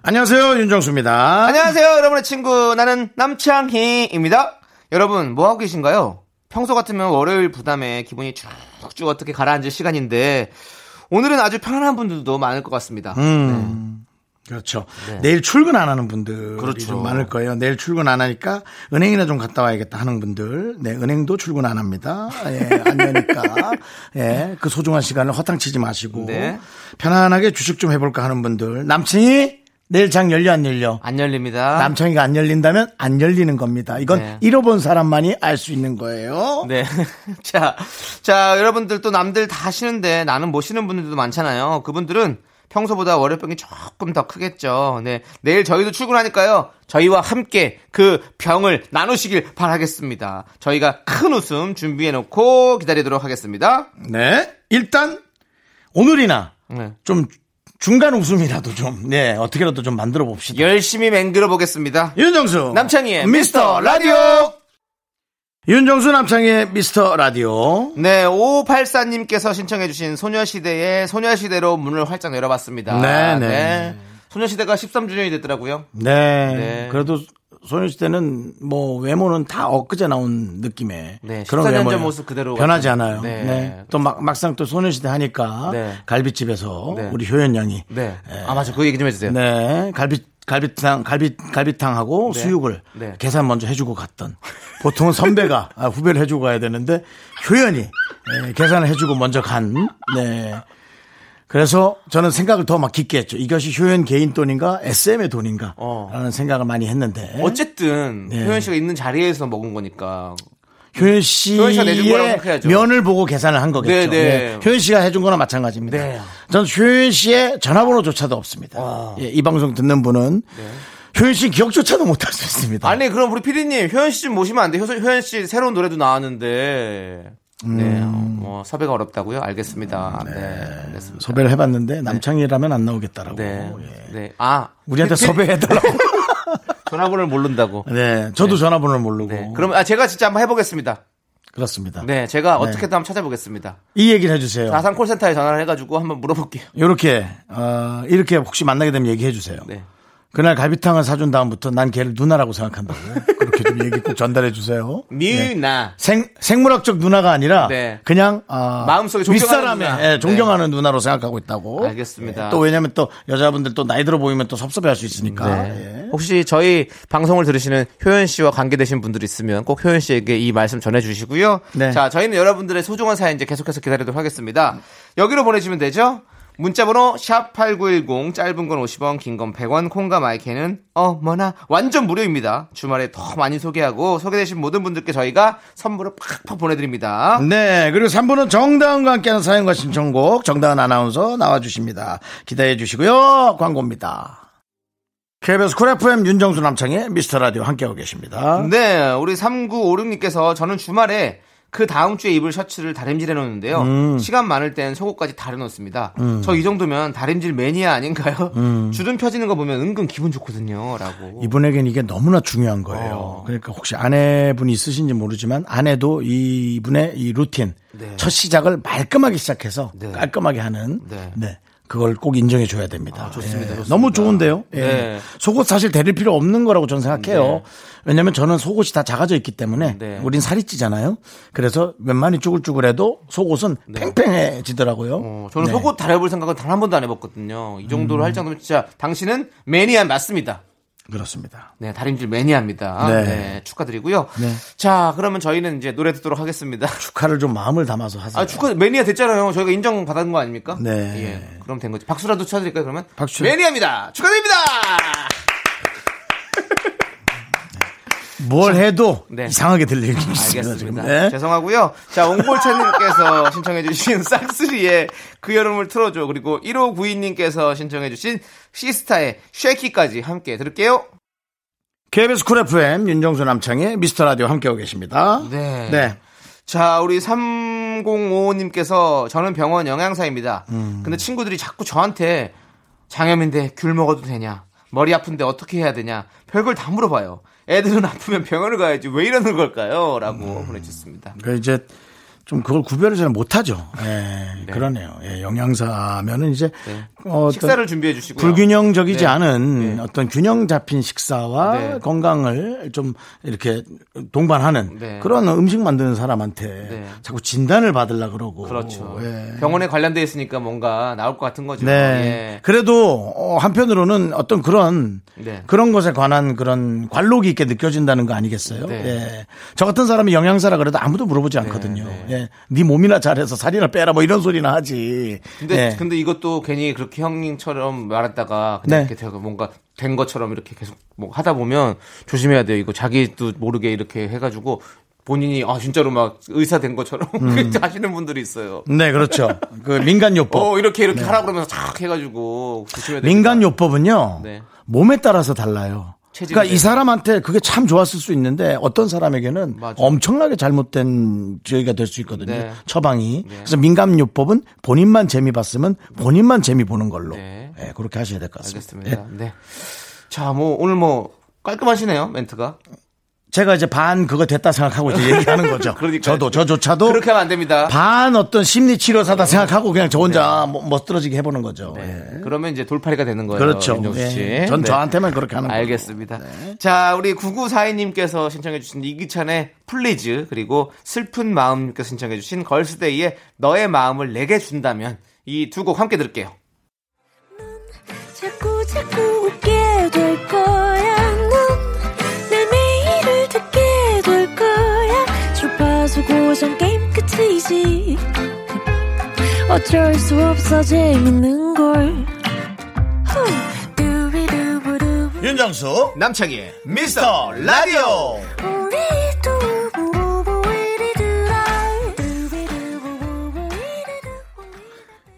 안녕하세요 윤정수입니다. 안녕하세요, 여러분의 친구. 나는 남창희입니다. 여러분, 뭐 하고 계신가요? 평소 같으면 월요일 부담에 기분이 쭉쭉 어떻게 가라앉을 시간인데, 오늘은 아주 편안한 분들도 많을 것 같습니다. 음. 그렇죠. 내일 출근 안 하는 분들이 네. 그렇죠. 좀 많을 거예요. 내일 출근 안 하니까 은행이나 좀 갔다 와야겠다 하는 분들. 네, 은행도 출근 안 합니다. 예, 안 되니까. 예, 그 소중한 시간을 허탕치지 마시고 네. 편안하게 주식 좀 해볼까 하는 분들. 남친이 내일 장 열려 안 열려? 안 열립니다. 남창이가 안 열린다면 안 열리는 겁니다. 이건 아. 네. 잃어본 사람만이 알 수 있는 거예요. 네. 자, 자, 여러분들 또 남들 다 쉬는데 나는 못 쉬는 분들도 많잖아요. 그분들은 평소보다 월요병이 조금 더 크겠죠. 네. 내일 저희도 출근하니까요. 저희와 함께 그 병을 나누시길 바라겠습니다. 저희가 큰 웃음 준비해놓고 기다리도록 하겠습니다. 네. 일단 오늘이나 네. 좀 중간 웃음이라도 좀 네, 어떻게라도 좀 만들어 봅시다. 열심히 맹글어 보겠습니다. 윤정수 남창희의 미스터 라디오 윤정수 남창희의 미스터 라디오 네, 5584님께서 신청해주신 소녀시대의 소녀시대로 문을 활짝 열어봤습니다. 네, 네. 소녀시대가 13주년이 됐더라고요. 네, 네. 그래도 소녀시대는 뭐 외모는 다 엊그제 나온 느낌의 네, 14년 전 외모예요. 모습 그대로 변하지 같은. 않아요 네. 또 막, 막상 또 소녀시대 하니까 네. 갈비집에서 네. 우리 효연 양이 예, 네. 아, 맞아. 그 얘기 좀 해주세요. 네, 갈비 갈비탕 갈비 갈비탕하고 네. 수육을 네. 계산 먼저 해주고 갔던 보통은 선배가 아, 후배를 해주고 가야 되는데 효연이 네, 계산을 해주고 먼저 간 네. 그래서 저는 생각을 더 막 깊게 했죠. 이것이 효연 개인 돈인가 SM의 돈인가 어. 라는 생각을 많이 했는데 어쨌든 네. 효연 씨가 있는 자리에서 먹은 거니까 효연 효연 씨가 그 내준 거라고 씨의 생각해야죠. 면을 보고 계산을 한 거겠죠. 네, 네. 예, 효연 씨가 해준 거나 마찬가지입니다. 네. 전 효연 씨의 전화번호조차도 없습니다. 아. 예, 이 방송 듣는 분은 효연 씨 기억조차도 못할 수 있습니다. 네. 아니 그럼 우리 피디님 효연 씨 좀 모시면 안 돼요? 효- 효연 씨 새로운 노래도 나왔는데 네, 어, 뭐 섭외가 어렵다고요? 알겠습니다. 네, 알겠습니다. 섭외를 해봤는데 남창이라면 안 나오겠다라고. 네, 예. 네. 아 우리한테 피- 피- 섭외해달라고. 전화번호를 모른다고. 네, 저도 전화번호를 모르고. 네. 그럼 아, 제가 진짜 한번 해보겠습니다. 그렇습니다. 네, 제가 어떻게든 한번 찾아보겠습니다. 이 얘기를 해주세요. 자산 콜센터에 전화를 해가지고 한번 물어볼게요. 이렇게 어, 이렇게 혹시 만나게 되면 얘기해주세요. 네. 그날 갈비탕을 사준 다음부터 난 걔를 누나라고 생각한다고 그렇게 좀 얘기 꼭 전달해 주세요. 미나 생, 생물학적 누나가 아니라 네. 그냥 아, 마음속에 존경하는 윗사람의 누나. 네. 예, 존경하는 누나로 생각하고 있다고. 알겠습니다. 예, 또 왜냐면 또 여자분들 또 나이 들어 보이면 또 섭섭해할 수 있으니까. 네. 예. 혹시 저희 방송을 들으시는 효연 씨와 관계되신 분들 있으면 꼭 효연 씨에게 이 말씀 전해주시고요. 네. 자, 저희는 여러분들의 소중한 사연 이제 계속해서 기다리도록 하겠습니다. 여기로 보내주시면 되죠. 문자번호 샵8910 짧은 건 50원 긴 건 100원 콩과 마이크는 어머나 완전 무료입니다. 주말에 더 많이 소개하고 소개되신 모든 분들께 저희가 선물을 팍팍 보내드립니다. 네 그리고 3분은 정다은과 함께하는 사연과 신청곡 정다은 아나운서 나와주십니다. 기대해 주시고요 광고입니다. KBS 쿨 FM 윤정수 남창의 미스터 라디오 함께하고 계십니다. 네, 우리 3956님께서 저는 주말에 그 다음 주에 입을 셔츠를 다림질 해놓는데요. 음. 시간 많을 땐 속옷까지 다려놓습니다. 저 이 정도면 다림질 매니아 아닌가요? 주름 펴지는 거 보면 은근 기분 좋거든요. 라고. 음. 이분에겐 이게 너무나 중요한 거예요. 어. 그러니까 혹시 아내분이 있으신지 모르지만 아내도 이분의 이 루틴 네. 첫 시작을 말끔하게 시작해서 네. 깔끔하게 하는 네. 아, 네. 그걸 꼭 인정해 줘야 됩니다. 좋습니다, 예. 좋습니다. 너무 좋은데요. 예. 네. 속옷 사실 대릴 필요 없는 거라고 저는 생각해요. 왜냐하면 저는 속옷이 다 작아져 있기 때문에 네. 우린 살이 찌잖아요. 그래서 웬만히 쭈글쭈글해도 속옷은 팽팽해지더라고요. 네. 어, 저는 네. 음. 속옷 다려볼 생각은 단 한 번도 안 해봤거든요. 이 정도로 할 정도면 진짜 당신은 매니아 맞습니다. 그렇습니다. 네, 다림질 매니아입니다. 네. 네. 축하드리고요. 네. 자, 그러면 저희는 이제 노래 듣도록 하겠습니다. 축하를 좀 마음을 담아서 하세요. 아, 축하 매니아 됐잖아요. 저희가 인정받은 거 아닙니까? 네. 예, 그럼 된 거지. 박수라도 쳐드릴까요? 그러면 박수. 매니아입니다. 축하드립니다. 뭘 해도 네. 이상하게 들리는 게 있습니다. 지금. 알겠습니다. 네. 죄송하고요. 자, 옹골채님께서 신청해주신 싹스리의 그 여름을 틀어줘. 그리고 1592님께서 신청해주신 시스타의 쉐키까지 함께 들을게요. KBS 쿨 FM 윤정수 남창의 미스터 라디오 함께하고 계십니다. 네. 네. 자, 우리 3055님께서 저는 병원 영양사입니다. 음. 근데 친구들이 자꾸 저한테 장염인데 귤 먹어도 되냐? 머리 아픈데 어떻게 해야 되냐? 별걸 다 물어봐요. 애들은 아프면 병원을 가야지 왜 이러는 걸까요? 라고 보내주셨습니다. 그 이제 좀 그걸 구별을 잘 못하죠. 예, 그러네요. 예, 영양사면은 이제 어떤 네. 식사를 준비해 주시고요. 불균형적이지 네. 않은 어떤 균형 잡힌 식사와 네. 건강을 좀 이렇게 동반하는 네. 그런 음식 만드는 사람한테 네. 자꾸 진단을 받으려 그러고 그렇죠. 예. 병원에 관련돼 있으니까 뭔가 나올 것 같은 거죠. 네. 예. 그래도 어, 한편으로는 어떤 그런 네. 그런 것에 관한 그런 관록이 있게 느껴진다는 거 아니겠어요? 네. 예. 저 같은 사람이 영양사라 그래도 아무도 물어보지 않거든요. 네, 예. 네 몸이나 잘해서 살이나 빼라 뭐 이런 소리나 하지. 근데 예. 근데 이것도 괜히 그렇게 형님처럼 말했다가 그냥 네. 이렇게 되고 뭔가 된 것처럼 이렇게 계속 뭐 하다 보면 조심해야 돼요. 이거 자기도 모르게 이렇게 해가지고 본인이 아 진짜로 막 의사 된 것처럼 음. 그렇게 하시는 분들이 있어요. 네, 그렇죠. 그 민간요법. 어 이렇게 이렇게 하라 그러면서 착 해가지고 조심해야 돼. 네. 민간요법은요. 네. 몸에 따라서 달라요. 체질에 그러니까 이 대해서. 사람한테 그게 참 좋았을 수 있는데 어떤 사람에게는 맞아요. 엄청나게 잘못된 죄가 될 수 있거든요. 네. 처방이. 그래서 민감요법은 본인만 재미 봤으면 본인만 재미 보는 걸로. 네. 예, 그렇게 하셔야 될 것 같습니다. 예. 알겠습니다. 네. 자 뭐 오늘 뭐 깔끔하시네요 멘트가. 제가 이제 반 그거 됐다 생각하고 이제 얘기하는 거죠. 그러니까요. 저도 저조차도 그렇게 하면 안 네. 됩니다. 반 어떤 심리 치료사다 생각하고 그냥 저 혼자 뭐- 멋들어지게 해보는 거죠. 예. 그러면 이제 돌팔이가 되는 거예요. 그렇죠. 네. 윤정수 씨. 예. 전 네. 저한테만 그렇게 하는 네. 거예요. 알겠습니다. 자, 우리 9942님께서 신청해주신 이기찬의 플리즈, 그리고 슬픈 마음님께서 신청해주신 걸스데이의 너의 마음을 내게 준다면 이 두 곡 함께 들을게요. 자꾸 자꾸 웃게 될 거야. 넌내 매일을 듣게 될 거야. 주파수 고정 게임 끝이지. 어쩔 수 없어 재밌는 걸. 후. 두비두부두. 윤정수 남창희의 미스터 라디오! 우리 두부부부 우리들아. 두비두부부부 우리들아.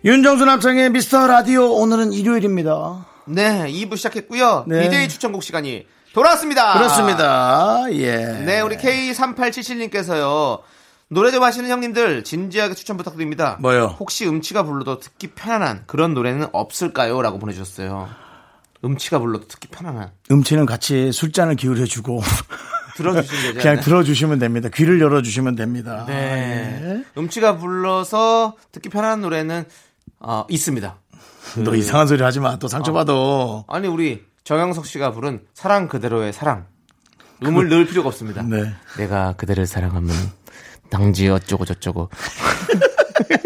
윤정수 남창의 미스터 라디오 오늘은 일요일입니다. 네, 2부 시작했고요. 네. DJ 추천곡 시간이 돌아왔습니다. 그렇습니다. 예. 네, 우리 K3877님께서요. 노래 좀 하시는 형님들 진지하게 추천 부탁드립니다. 뭐요? 혹시 음치가 불러도 듣기 편안한 그런 노래는 없을까요? 라고 보내주셨어요. 음치가 불러도 듣기 편안한 음치는 같이 술잔을 기울여주고 들어주시면 되지 그냥 아, 예. 않나요? 들어주시면 됩니다. 귀를 열어주시면 됩니다. 네. 음치가 불러서 듣기 편한 노래는 어, 있습니다. 예. 너 이상한 소리 하지 마. 또 상처받아. 아니 우리 정영석 씨가 부른 사랑 그대로의 사랑 음을 넣을 필요가 없습니다. 그 네. 내가 그대를 사랑하면 당지 어쩌고 저쩌고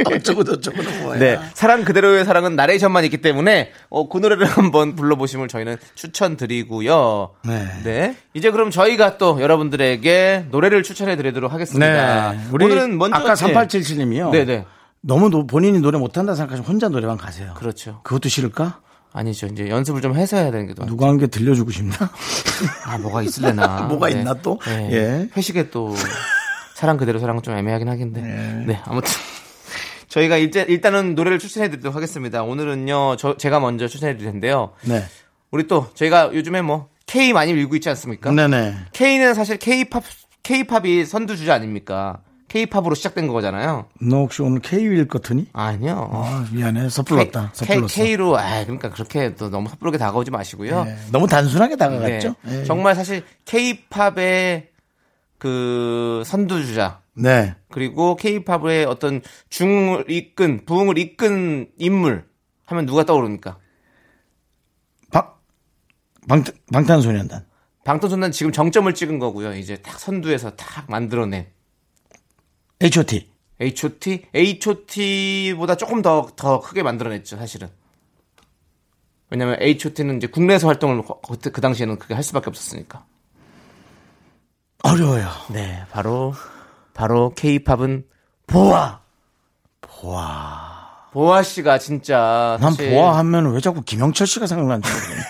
어쩌고 저쩌고는 뭐야. 네. 사랑 그대로의 사랑은 나레이션만 있기 때문에 어, 그 노래를 한번 불러보시면 저희는 추천드리고요. 네. 이제 그럼 저희가 또 여러분들에게 노래를 추천해 드리도록 하겠습니다. 네. 우리 오늘은 먼저 아까 네. 3877님이요. 네네. 너무 노- 본인이 노래 못한다 생각하시면 혼자 노래방 가세요. 그렇죠. 그것도 싫을까? 아니죠. 이제 연습을 좀 해서 해야 되는 게 또. 누가 한 게 들려주고 싶나? 아, 뭐가 있을래나. 네. 뭐가 있나 또? 예. 회식에 또 사랑 그대로 사랑은 좀 애매하긴 하긴데. 네. 아무튼. 저희가 일제, 일단은 노래를 추천해 드리도록 하겠습니다. 오늘은요, 저, 제가 먼저 추천해 드릴 텐데요. 네. 우리 또 저희가 요즘에 뭐 K 많이 밀고 있지 않습니까? 네네. K는 사실 K팝 K팝이 선두주자 아닙니까? K팝으로 시작된 거잖아요. 너 혹시 오늘 K일 같으니? 아니요. 아, 미안해. K, 섣불렀다. K, 섣불렀어. K로 아 그러니까 그렇게 또 너무 섣부르게 다가오지 마시고요. 예, 너무 단순하게 네. 다가갔죠? 예. 정말 사실 K팝의 그 선두주자 네. 그리고 K팝의 어떤 중을 이끈 부흥을 이끈 인물 하면 누가 떠오릅니까? 박, 방, 방탄소년단. 방탄소년단 지금 정점을 찍은 거고요. 이제 딱 선두에서 딱 만들어낸 H.O.T. H.O.T. H.O.T.보다 조금 더 더 크게 만들어냈죠 사실은. 왜냐면 H.O.T.는 이제 국내에서 활동을 거- 거- 그 당시에는 그게 할 수밖에 없었으니까. 어려워요. 네, 바로 바로 K-팝은 보아. 보아. 보아 씨가 진짜 난 사실 보아하면 왜 자꾸 김영철 씨가 생각나는지 모르겠네.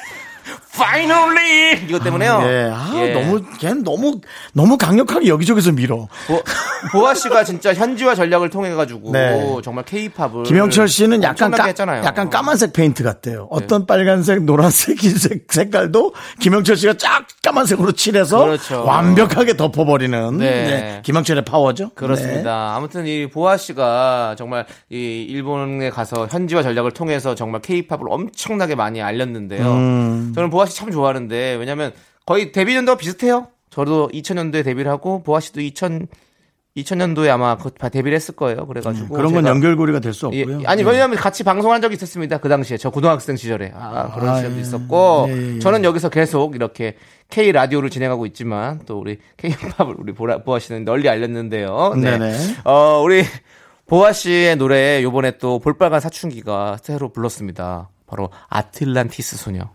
finally 이것 때문에요. 예, 아, 예. 너무, 걔는 너무, 너무 강력하게 여기저기서 밀어. 보, 보아 씨가 진짜 현지화 전략을 통해 가지고 네. 정말 케이팝을 김영철 씨는 약간 엄청나게 까, 했잖아요. 어. 네. 약간 까만색 페인트 같대요. 어떤 빨간색, 노란색, 흰색 색깔도 김영철 씨가 쫙 까만색으로 칠해서 그렇죠. 완벽하게 덮어버리는 네. 네, 김영철의 파워죠. 그렇습니다. 네. 아무튼 이 보아 씨가 정말 이 일본에 가서 현지화 전략을 통해서 정말 케이팝을 엄청나게 많이 알렸는데요. 음. 저는 보아 씨 참 좋아하는데 왜냐면 거의 데뷔 연도가 비슷해요. 저도 2000년도에 데뷔를 하고 보아 씨도 2000 2000년도에 아마 그 데뷔를 했을 거예요. 그래가지고 음, 그런 건 제가- 연결고리가 될 수 예, 없고요. 아니 네. 왜냐하면 같이 방송한 적이 있었습니다. 그 당시에 저 고등학생 시절에 아, 그런 아, 시절도 예. 있었고 예, 예, 예. 저는 여기서 계속 이렇게 K 라디오를 진행하고 있지만 또 우리 K 팝을 우리 보라 보아 씨는 널리 알렸는데요. 네네. 어 우리 보아 씨의 노래 요번에 또 볼빨간 사춘기가 새로 불렀습니다. 바로 아틀란티스 소녀.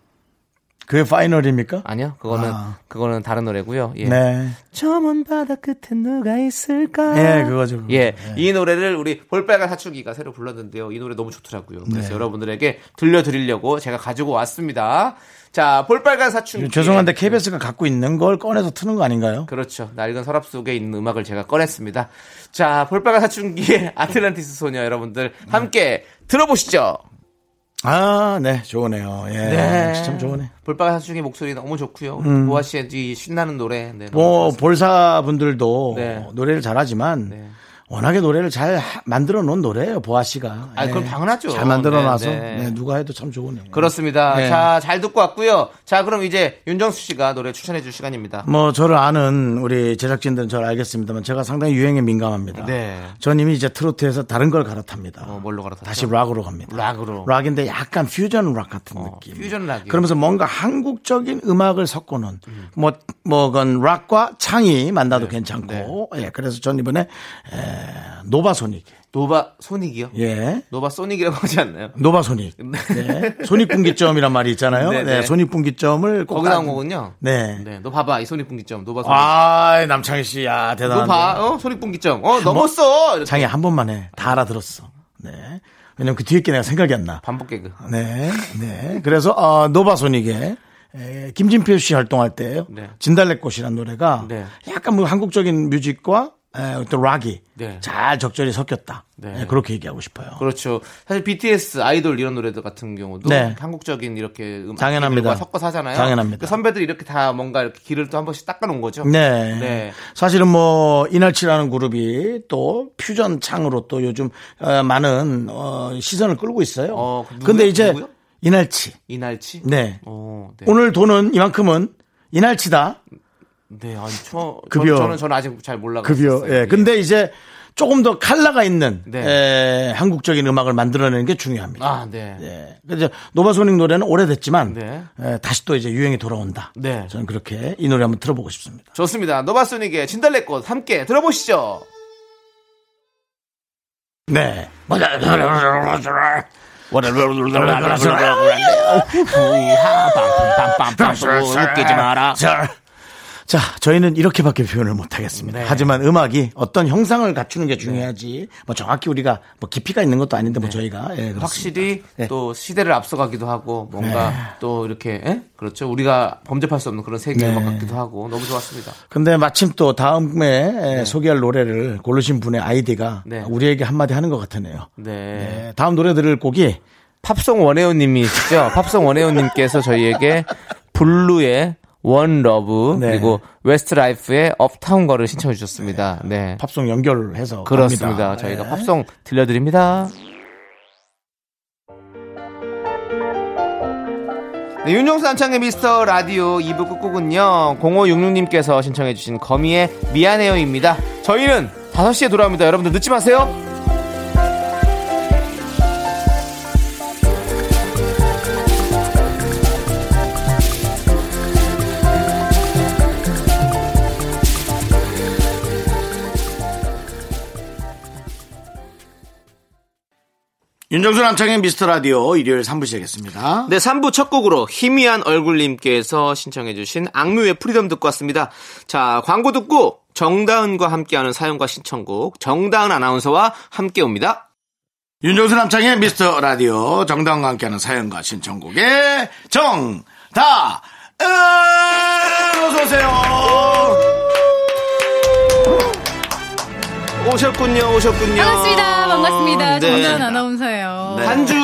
그게 파이널입니까? 아니요, 그거는 아. 그거는 다른 노래고요. 예. 네. 저먼 바다 끝에 누가 있을까? 예, 그거죠. 그거. 예, 이 노래를 우리 볼빨간 사춘기가 새로 불렀는데요. 이 노래 너무 좋더라고요. 그래서 네. 여러분들에게 들려드리려고 제가 가지고 왔습니다. 자, 볼빨간 사춘기. 죄송한데 KBS가 갖고 있는 걸 꺼내서 트는 거 아닌가요? 그렇죠. 낡은 서랍 속에 있는 음악을 제가 꺼냈습니다. 자, 볼빨간 사춘기의 아틀란티스 소녀 여러분들 함께 들어보시죠. 아, 네, 좋으네요. 예, 네. 참 좋으네. 음. 볼빨간 사춘기 목소리 너무 좋고요. 우리 보아 씨의 이 신나는 노래. 네, 너무 뭐 볼사 분들도 네. 노래를 잘하지만 네. 워낙에 노래를 잘 하- 만들어 놓은 노래예요, 보아 씨가. 아, 그건 당연하죠. 잘 만들어 놔서 네, 네. 네, 누가 해도 참 좋으네요. 그렇습니다. 네. 자, 잘 듣고 왔고요. 자, 그럼 이제 윤정수 씨가 노래 추천해 줄 시간입니다. 뭐 저를 아는 우리 제작진들은 저를 알겠습니다만 제가 상당히 유행에 민감합니다. 네. 전 이미 이제 트로트에서 다른 걸 갈아탑니다. 어, 뭘로 갈아타죠? 다시 락으로 갑니다. 락으로. 인데 약간 퓨전 락 같은 느낌. 어, 퓨전 락이요. 그러면서 뭔가 한국적인 음악을 섞어놓은 뭐 뭐건 락과 창이 만나도 네. 괜찮고. 예. 그래서 전 이번에 에, 노바소닉. 노바 소닉이요? 예. 노바 소닉이라고 하지 않나요? 노바소닉. 네. 손익분기점이란 말이 있잖아요. 네, 네, 네. 손익분기점을 꼭 거기 나온 딴- 거군요. 네. 네, 너 봐봐 이 손익분기점. 노바 소닉. 아, 네. 남창희 씨, 야, 너 대단한. 봐, 어 손익분기점. 어 넘었어. 이렇게. 장애 한 번만 해. 다 알아들었어. 네. 왜냐면 그 뒤에 게 내가 생각이 안 나. 반복 개그. 네. 네. 그래서, 어, 노바소닉의 에, 김진표 씨 활동할 때 네. 진달래꽃이라는 노래가 네. 약간 뭐 한국적인 뮤직과 에, 또 락이 네. 잘 적절히 섞였다. 네. 네, 그렇게 얘기하고 싶어요. 그렇죠. 사실 BTS 아이돌 이런 노래들 같은 경우도 네. 한국적인 이렇게 음악 당연합니다. 들과 섞어서 하잖아요. 당연합니다. 그 선배들이 이렇게 다 뭔가 이렇게 길을 또 한 번씩 닦아 놓은 거죠. 네. 네. 사실은 뭐 이날치라는 그룹이 또 퓨전 창으로 또 요즘 어, 많은 어, 시선을 끌고 있어요. 어, 그 누구요? 근데 이제 누구요? 이날치. 이날치. 네. 어, 네. 오늘 돈은 이만큼은 이날치다. 네, 아니 저, 급여. 저, 는 저는 아직 잘 몰라. 급여. 예. 근데 이제 조금 더 칼라가 있는 네. 에, 한국적인 음악을 만들어내는 게 중요합니다. 아, 네. 예. 그래서 이제 노바소닉 노래는 오래됐지만 네. 에, 다시 또 이제 유행이 돌아온다. 네. 저는 그렇게 이 노래 한번 들어보고 싶습니다. 좋습니다. 노바소닉의 진달래꽃 함께 들어보시죠. 네. 웃기지 마라. 자, 자, 저희는 이렇게밖에 표현을 네. 못하겠습니다. 하지만 음악이 어떤 형상을 갖추는 게 중요하지. 뭐 정확히 우리가 뭐 깊이가 있는 것도 아닌데 뭐 저희가 예, 그렇습니다. 네. 확실히 네. 또 시대를 앞서가기도 하고 뭔가 또 이렇게 예? 그렇죠. 우리가 범접할 수 없는 그런 세계 네. 음악 같기도 하고 너무 좋았습니다. 근데 마침 또 다음에 예, 소개할 노래를 고르신 분의 아이디가 네. 우리에게 한마디 하는 것 같으네요. 네. 예, 다음 노래 들을 곡이 팝송 원혜원님이시죠. 팝송 원혜원님께서 저희에게 블루의 원 러브 네. 그리고 웨스트라이프의 업타운 거를 신청해 주셨습니다. 네. 팝송 연결해서 그렇습니다. 갑니다. 저희가 예. 팝송 들려드립니다. 네, 윤종수 남창의 미스터 라디오 2부 끝곡은요. 0566님께서 신청해주신 거미의 미안해요입니다. 저희는 5시에 돌아옵니다. 여러분들 늦지 마세요. 윤정수 남창의 미스터 라디오 일요일 3부 시작했습니다. 네, 3부 첫 곡으로 희미한 얼굴님께서 신청해주신 악뮤의 프리덤 듣고 왔습니다. 자, 광고 듣고 정다은과 함께하는 사연과 신청곡 정다은 아나운서와 함께 옵니다. 윤정수 남창의 미스터 라디오 정당과 함께하는 사연과 신청곡의 정 다, 음, 어서오세요. 오셨군요, 오셨군요. 반갑습니다. 반갑습니다. 네. 정다은 아나운서예요. 네. 음. 한 주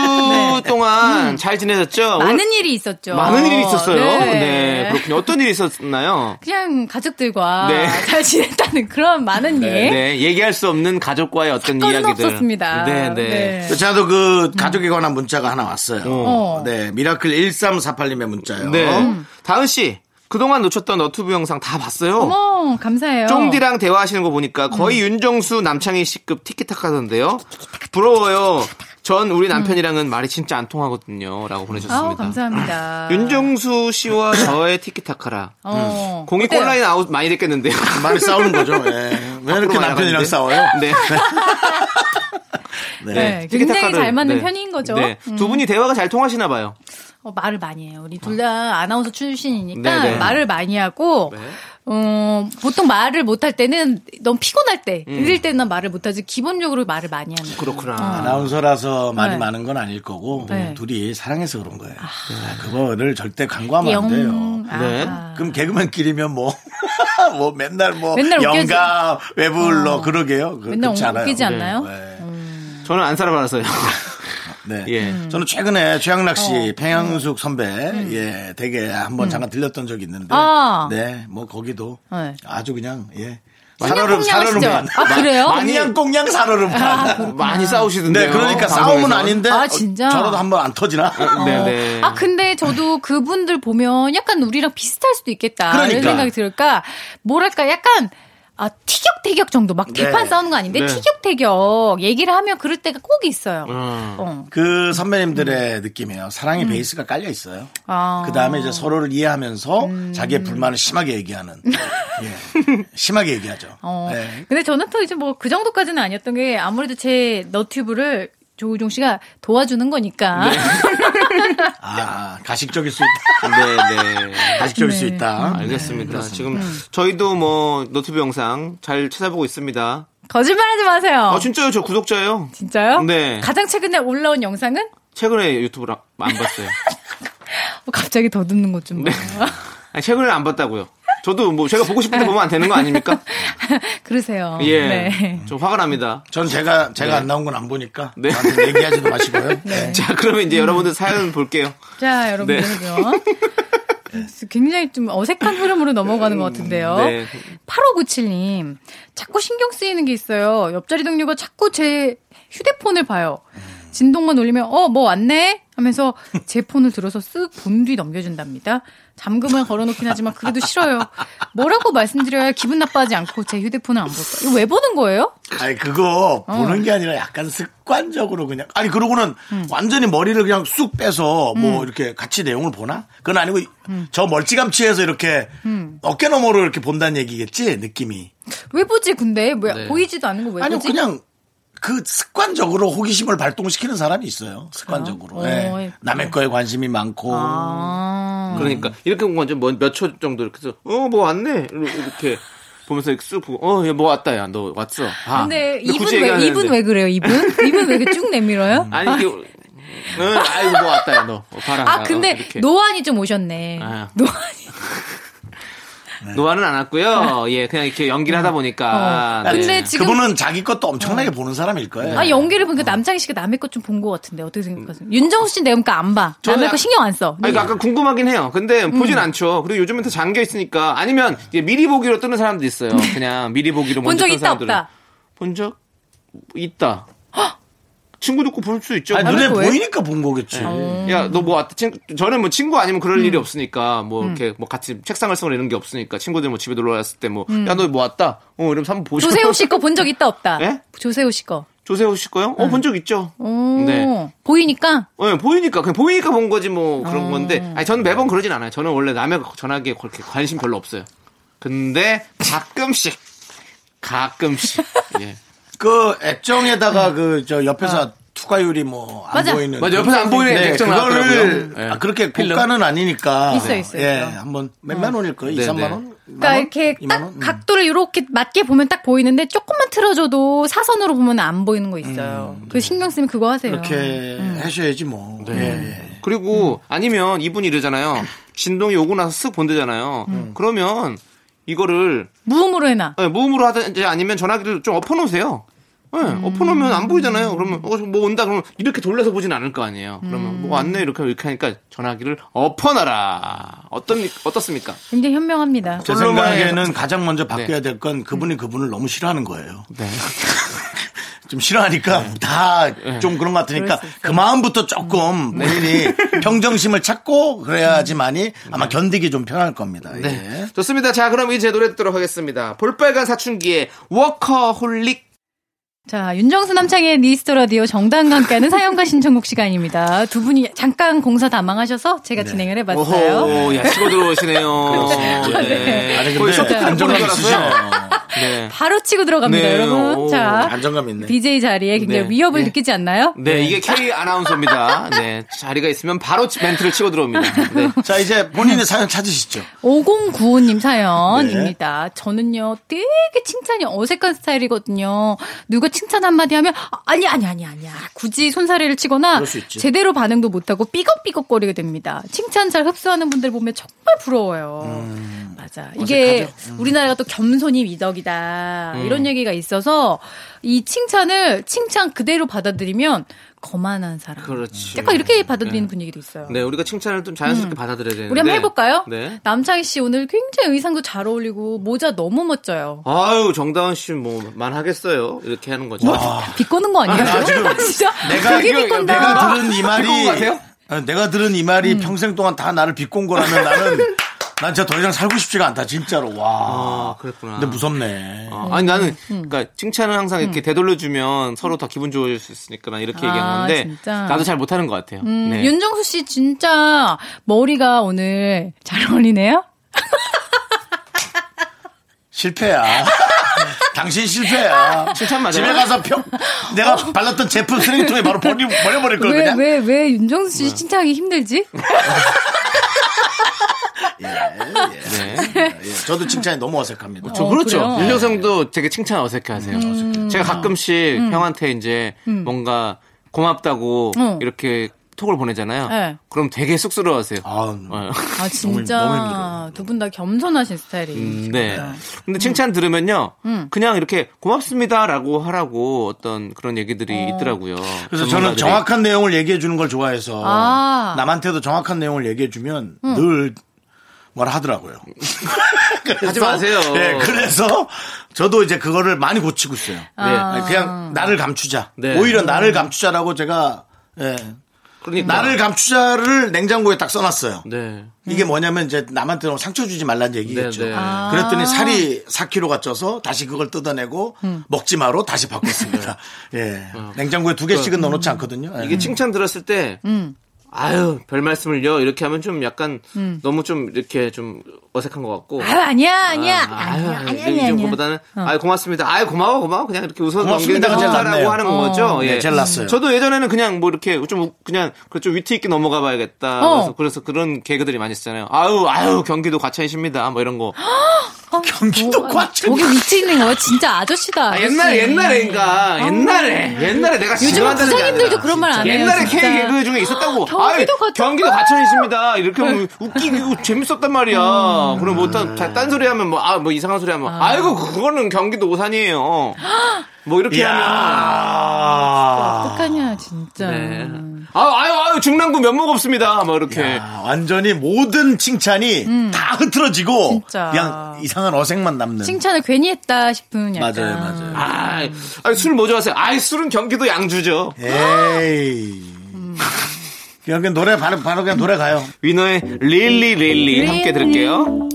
동안 잘 지내셨죠? 많은 일이 있었죠. 오늘 많은 일이 있었어요. 네. 네, 그렇군요. 어떤 일이 있었나요? 그냥 가족들과 네. 잘 지냈다는 그런 많은 일. 네, 얘기할 수 없는 가족과의 어떤 사건은 이야기들. 없었습니다. 네, 네. 네. 저도 그 가족에 관한 문자가 하나 왔어요. 어. 네, 미라클 1348님의 문자요. 네. 음. 다은 씨, 그동안 놓쳤던 너튜브 영상 다 봤어요? 어머, 감사해요. 쫑디랑 대화하시는 거 보니까 거의 음. 윤정수 남창희 씨급 티키타카던데요. 부러워요. 전 우리 남편이랑은 말이 진짜 안 통하거든요. 라고 보내셨습니다. 음. 아우, 감사합니다. 윤정수 씨와 저의 티키타카라. 어. 음, 공이 어때요? 골라인 아웃 많이 됐겠는데요. 많이 싸우는 거죠. 예. 왜 이렇게 앞으로 남편이랑 나가는데? 싸워요? 네. 네. 네, 굉장히 잘 맞는 편인 거죠. 음. 네. 두 분이 대화가 잘 통하시나 봐요. 어, 말을 많이 해요. 우리 둘 다 아나운서 출신이니까 네, 네. 말을 많이 하고, 네. 어, 보통 말을 못 할 때는 너무 피곤할 때, 음. 이럴 때는 말을 못하지, 기본적으로 말을 많이 하는 거예요. 그렇구나. 아나운서라서 많이 아. 네. 많은 건 아닐 거고 네. 둘이 사랑해서 그런 거예요. 아, 그거를 절대 광고하면 안 돼요. 영. 아. 네. 그럼 개그맨끼리면 뭐, 뭐 맨날 뭐 맨날 어. 영감 왜 불러 그러게요. 그, 맨날 그렇지 않아요. 웃기지 네. 않나요? 네. 저는 안 살아봐서요. 네. 예. 음. 저는 최근에 최양락 어. 씨, 평양숙 선배, 예, 되게 한번 잠깐 들렸던 적이 있는데, 음. 아. 네, 뭐 거기도 네. 아주 그냥 예, 그냥 사로름만, 아, 그래요? 마냥 꽁냥 사로름만. 많이 싸우시던데. 네, 그러니까 싸움은 아닌데, 아, 어, 진짜? 저라도 한번 안 터지나? 네, 네. 아 근데 저도 그분들 보면 약간 우리랑 비슷할 수도 있겠다 이런 그러니까. 생각이 들까 뭐랄까 약간 아 티격태격 정도 막 대판 네. 싸우는 거 아닌데 네. 티격태격 얘기를 하면 그럴 때가 꼭 있어요. 음. 어. 그 선배님들의 느낌이에요. 사랑의 베이스가 깔려 있어요. 음. 아. 음. 그 다음에 이제 서로를 이해하면서 자기의 불만을 심하게 얘기하는. 예. 심하게 얘기하죠. 어. 네. 근데 저는 또 이제 뭐 그 정도까지는 아니었던 게 아무래도 제 너튜브를 조우종 씨가 도와주는 거니까 아, 가식적일 수 있다. 네, 네. 가식적일 수 음. 있다. 알겠습니다. 지금 저희도 뭐 너튜브 영상 잘 찾아보고 있습니다. 거짓말하지 마세요. 아 진짜요? 저 구독자예요. 진짜요? 네. 가장 최근에 올라온 영상은 최근에 유튜브를 안 봤어요. 어, 갑자기 더듬는 것 좀. 봐요. 아니, 최근에 안 봤다고요. 저도 뭐 제가 보고 싶은데 보면 안 되는 거 아닙니까? 그러세요. 예. 네. 좀 화가 납니다. 전 제가, 제가 안 나온 건 안 보니까. 네. 저한테 얘기하지도 마시고요. 네. 자, 그러면 음. 이제 여러분들 사연 볼게요. 자, 네. 여러분들요. 네. 굉장히 좀 어색한 흐름으로 넘어가는 것 같은데요. 네. 8597님, 자꾸 신경 쓰이는 게 있어요. 옆자리 동료가 자꾸 제 휴대폰을 봐요. 진동만 울리면, 어, 뭐 왔네? 하면서 제 폰을 들어서 쓱 본 뒤 넘겨준답니다. 잠금을 걸어놓긴 하지만 그래도 싫어요. 뭐라고 말씀드려야 기분 나빠하지 않고 제 휴대폰을 안 볼까? 이거 왜 보는 거예요? 아니, 그거 어. 보는 게 아니라 약간 습관적으로 그냥. 아니, 그러고는 음. 완전히 머리를 그냥 쑥 빼서 뭐 이렇게 같이 내용을 보나? 그건 아니고 음. 저 멀찌감치해서 이렇게 어깨 너머로 이렇게 본다는 얘기겠지? 느낌이. 왜 보지, 근데? 뭐, 네. 보이지도 않는 거 왜 아니 보지? 그냥 그 습관적으로 호기심을 발동시키는 사람이 있어요. 습관적으로. 그래요? 예. 어, 남의 거에 관심이 많고. 아. 그러니까 이렇게 본 건죠. 몇 초 정도 이렇게 해서 어, 뭐 왔네. 이렇게 보면서 이렇게 쑥 보고 어, 얘 뭐 왔다 야. 너 왔어. 아. 근데 이분 굳이 왜 얘기하는데. 이분 왜 그래요? 이분 이분 왜 이렇게 쭉 내밀어요? 아니, 이게 응, 아이고 뭐 왔다 야. 너 어, 봐라. 아 어, 근데 이렇게. 노안이 좀 오셨네. 아. 노안이. 노화는 안 왔고요. 예, 그냥 이렇게 연기를 하다 보니까. 어. 네. 근데 지금 어. 그분은 자기 것도 엄청나게 보는 사람일 거예요. 아 연기를 보니까 남창희 씨가 남의 것 좀 본 것 같은데 어떻게 생각하세요? 윤정수 씨는 내가 그러니까 안 봐. 음. 저는 남의 약- 거 신경 안 써. 아니, 그러니까 아까 궁금하긴 해요. 근데 음. 보진 않죠. 그리고 요즘은 다 잠겨 있으니까. 아니면 이제 미리 보기로 뜨는 사람도 있어요. 그냥 미리 보기로 음. 네. 본 먼저 적 뜨는 있다 사람들은. 없다. 본 적 있다. 친구도 있고 볼 수 있죠. 아니, 뭐. 눈에 거예요? 보이니까 본 거겠지. 어. 야, 너 뭐 왔다. 친구, 저는 뭐 친구 아니면 그럴 음. 일이 없으니까 뭐 이렇게 뭐 같이 책상을 쓰거나 이런 게 없으니까 친구들 뭐 집에 놀러 왔을 때 뭐 야, 너 뭐 왔다. 어, 이러면서 한번 보시고. 음. 조세호 씨 거 본 적 있다 없다. 예? 조세호 씨 거. 조세호 씨 거요? 음. 어, 본 적 있죠. 오, 네. 보이니까 예, 보이니까 그냥 보이니까 본 거지 뭐 그런 건데 아니 저는 매번 그러진 않아요. 저는 원래 남의 전화기에 그렇게 관심 별로 없어요. 근데 가끔씩 가끔씩 예. 그 액정에다가 그 저 옆에서 투과율이 뭐 안 아. 맞아. 보이는. 네, 맞아, 옆에서 안 보이는 액정 그거를 나왔더라고요. 예. 아, 그렇게 고가는 아니니까. 있어, 있어, 예, 있어. 한번 몇만 원일 거예요. 네, 2, 3만 네. 원? 음. 그러니까 이렇게 딱 음. 각도를 이렇게 맞게 보면 딱 보이는데 조금만 틀어줘도 사선으로 보면 안 보이는 거 있어요. 음. 그 신경 쓰면 그거 하세요. 네. 이렇게 하셔야지 뭐. 예, 예. 그리고 아니면 이분이 이러잖아요. 진동이 오고 나서 쓱 본대잖아요. 음. 그러면 이거를 무음으로 해놔. 예, 무음으로 하든지 아니면 전화기를 좀 엎어놓으세요. 예, 음. 엎어놓으면 안 보이잖아요. 그러면 어, 뭐 온다 그러면 이렇게 돌려서 보진 않을 거 아니에요. 음. 그러면 뭐 왔네 이렇게 이렇게 하니까 전화기를 엎어놔라. 어떤 어떻습니까? 굉장히 현명합니다. 제 솔로만 생각에는 가장 네. 먼저 바뀌어야 될 건 음. 그분이 그분을 너무 싫어하는 거예요. 좀 싫어하니까 네. 다 좀 그런 것 같으니까 그럴 수 있어요. 그 마음부터 조금 네. 본인이 평정심을 찾고 그래야지만이 아마 견디기 좀 편할 겁니다. 예. 네. 좋습니다. 자, 그럼 이제 노래 듣도록 하겠습니다. 볼빨간 사춘기의 워커홀릭. 자, 윤정수 남창의 니스토 라디오 정당강가는 사연과 신청곡 시간입니다. 두 분이 잠깐 공사 다망하셔서 제가 진행을 해봤어요. 네. 오호, 야, 치고 들어오시네요. 네. 그렇죠. 아니 거의 근데 쇼트트랙 보는 안정감 줄 있으시죠? 알았어요. 네. 바로 치고 들어갑니다, 네, 여러분. 오, 자, 안정감 있네. BJ 자리에 굉장히 네, 위협을 네. 느끼지 않나요? 네, 이게 K 아나운서입니다. 네, 자리가 있으면 바로 치- 멘트를 치고 들어옵니다. 네. 자 이제 본인의 사연 찾으시죠. 5095님 사연입니다. 네. 저는요, 되게 칭찬이 어색한 스타일이거든요. 누가 칭찬 한마디 하면, 아, 아니, 아니, 아니, 아니야. 굳이 손사래를 치거나, 그럴 수 있지. 제대로 반응도 못하고 삐걱삐걱거리게 됩니다. 칭찬 잘 흡수하는 분들 보면 정말 부러워요. 음. 맞아. 이게 우리나라가 또 겸손이 미덕이다. 음. 이런 얘기가 있어서, 이 칭찬을 칭찬 그대로 받아들이면, 거만한 사람. 그렇지. 약간 이렇게 받아들이는 분위기도 있어요. 네, 우리가 칭찬을 좀 자연스럽게 받아들여야 되는데. 우리 한번 해볼까요? 네. 남창희 씨 오늘 굉장히 의상도 잘 어울리고 모자 너무 멋져요. 아유, 정다은 씨, 뭐, 만하겠어요. 이렇게 하는 거죠. 비꼬는 거 아니에요? 진짜 내가 되게 이거- 비꼰다. 내가 들은 이 말이 비꼰 것 같아요? 그 어, 내가 들은 이 말이 음. 평생 동안 다 나를 비꼰 거라면 나는 난 진짜 더 이상 살고 싶지가 않다 진짜로 와. 아, 그랬구나. 근데 무섭네. 아, 아니 나는 그러니까 칭찬을 항상 이렇게 되돌려주면 서로 더 기분 좋을 수 있으니까 난 이렇게 아, 얘기한 건데 진짜. 나도 잘 못하는 것 같아요. 음, 네. 윤정수 씨 진짜 머리가 오늘 잘 어울리네요. 실패야. 당신 실패야. 칭찬 맞아요? 어. 집에 가서 평, 내가 발랐던 제품 쓰레기통에 바로 버리, 버려버릴 걸 왜 왜 그냥. 왜 윤정수 씨 칭찬하기 힘들지? 네. 예, 저도 칭찬이 너무 어색합니다. 저 어, 그렇죠. 그래요? 음. 윤여성도 되게 칭찬 어색해하세요. 제가 가끔씩 형한테 이제 뭔가 고맙다고 음. 이렇게 톡을 보내잖아요. 네. 그럼 되게 쑥스러워하세요. 아, 어. 아 너무 진짜 힘들어요. 두 분 다 겸손하신 스타일이에요. 아, 음, 네. 근데 칭찬 들으면요, 음. 그냥 이렇게 고맙습니다라고 하라고 어떤 그런 얘기들이 있더라고요. 그래서 저는 전문가들이. 정확한 내용을 얘기해 주는 걸 좋아해서 아. 남한테도 정확한 내용을 얘기해 주면 늘 뭐라 하더라고요. 그래서- 하지 마세요. 예, 그래서 저도 이제 그거를 많이 고치고 있어요. 아. 네. 그냥 나를 감추자. 네. 오히려 나를 감추자라고 제가 예, 그러니까. 나를 감추자를 냉장고에 딱 써놨어요. 네. 이게 뭐냐면 이제 남한테 너무 상처 주지 말란 얘기겠죠. 네, 네. 아. 그랬더니 살이 4kg가 쪄서 다시 그걸 뜯어내고 음. 먹지 마로 다시 바꿨습니다. 예. 냉장고에 두 개씩은 넣어놓지 않거든요. 예. 어. 그, 음. 이게 칭찬 들었을 때, 아유, 별 말씀을요. 이렇게 하면 좀 약간 음. 너무 좀 이렇게 좀 어색한 것 같고. 아 아니야 아니야 아, 아니야 아니야 아니야. 어. 이 정도보다는 아유 고맙습니다. 아유 고마워 고마워 그냥 이렇게 웃어서 고맙습니다가 넘기는다고 제일 낫네요. 잘라고 하는 어. 거죠. 예. 네, 제일 낫어요. 저도 예전에는 그냥 뭐 이렇게 좀 우- 그냥 그좀 위트 있게 넘어가 봐야겠다. 어. 그래서, 그래서 그런 개그들이 많이 있잖아요. 아유 아유 경기도 과천이십니다. 뭐 이런 거. 어, 경기도 뭐, 과천. 저기 위치 있는 거야 진짜 아저씨다. 아, 아저씨. 옛날 옛날에인가 옛날에 옛날에 내가 요즘 지나가는 게 부장님들도 아니라. 그런 말 안 해요. 옛날에 K 진짜. 개그 중에 있었다고. 경기도 아이, 과천. 경기도 과천이십니다. 이렇게 하면 웃기고 재밌었단 말이야. 음. 그럼 뭐딴 소리 하면 뭐, 아, 뭐 이상한 소리 하면 아. 이고 그거는 경기도 오산이에요. 뭐 이렇게 하면. 이야. 어떡하냐 진짜. 아, 네. 아유, 아유, 아유, 중랑구 면목 없습니다. 막 이렇게. 야, 완전히 모든 칭찬이 다 흐트러지고 음. 진짜. 그냥 이상한 어색만 남는. 칭찬을 괜히 했다 싶은 약간. 맞아요, 맞아요. 아이, 아이, 술 뭐 좋아하세요? 아이, 술은 경기도 양주죠. 에이. 음. 그냥 그냥 노래 바로 바로 그냥 노래 가요. 위너의 릴리 릴리 함께 들을게요.